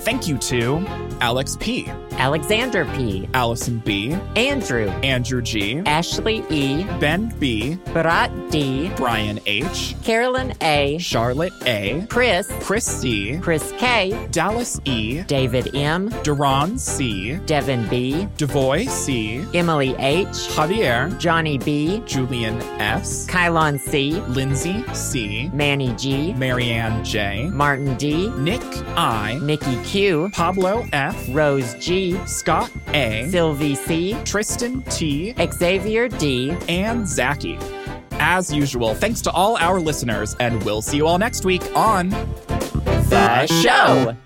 B: Thank you to Alex P.,
A: Alexander P.,
B: Allison B.,
A: Andrew,
B: Andrew G.,
A: Ashley E.,
B: Ben B.,
A: Barat D.,
B: Brian H.,
A: Carolyn A.,
B: Charlotte A.,
A: Chris,
B: Chris C.,
A: Chris K.,
B: Dallas E.,
A: David M.,
B: Duran C.,
A: Devin B.,
B: Devoy C.,
A: Emily H.,
B: Javier,
A: Johnny B.,
B: Julian S.,
A: Kylon C.,
B: Lindsay C.,
A: Manny G,
B: Marianne J,
A: Martin D,
B: Nick I,
A: Nikki Q,
B: Pablo F,
A: Rose G,
B: Scott A,
A: Sylvie C,
B: Tristan T,
A: Xavier D.
B: and Zachy. As usual, thanks to all our listeners, and we'll see you all next week on
A: The show.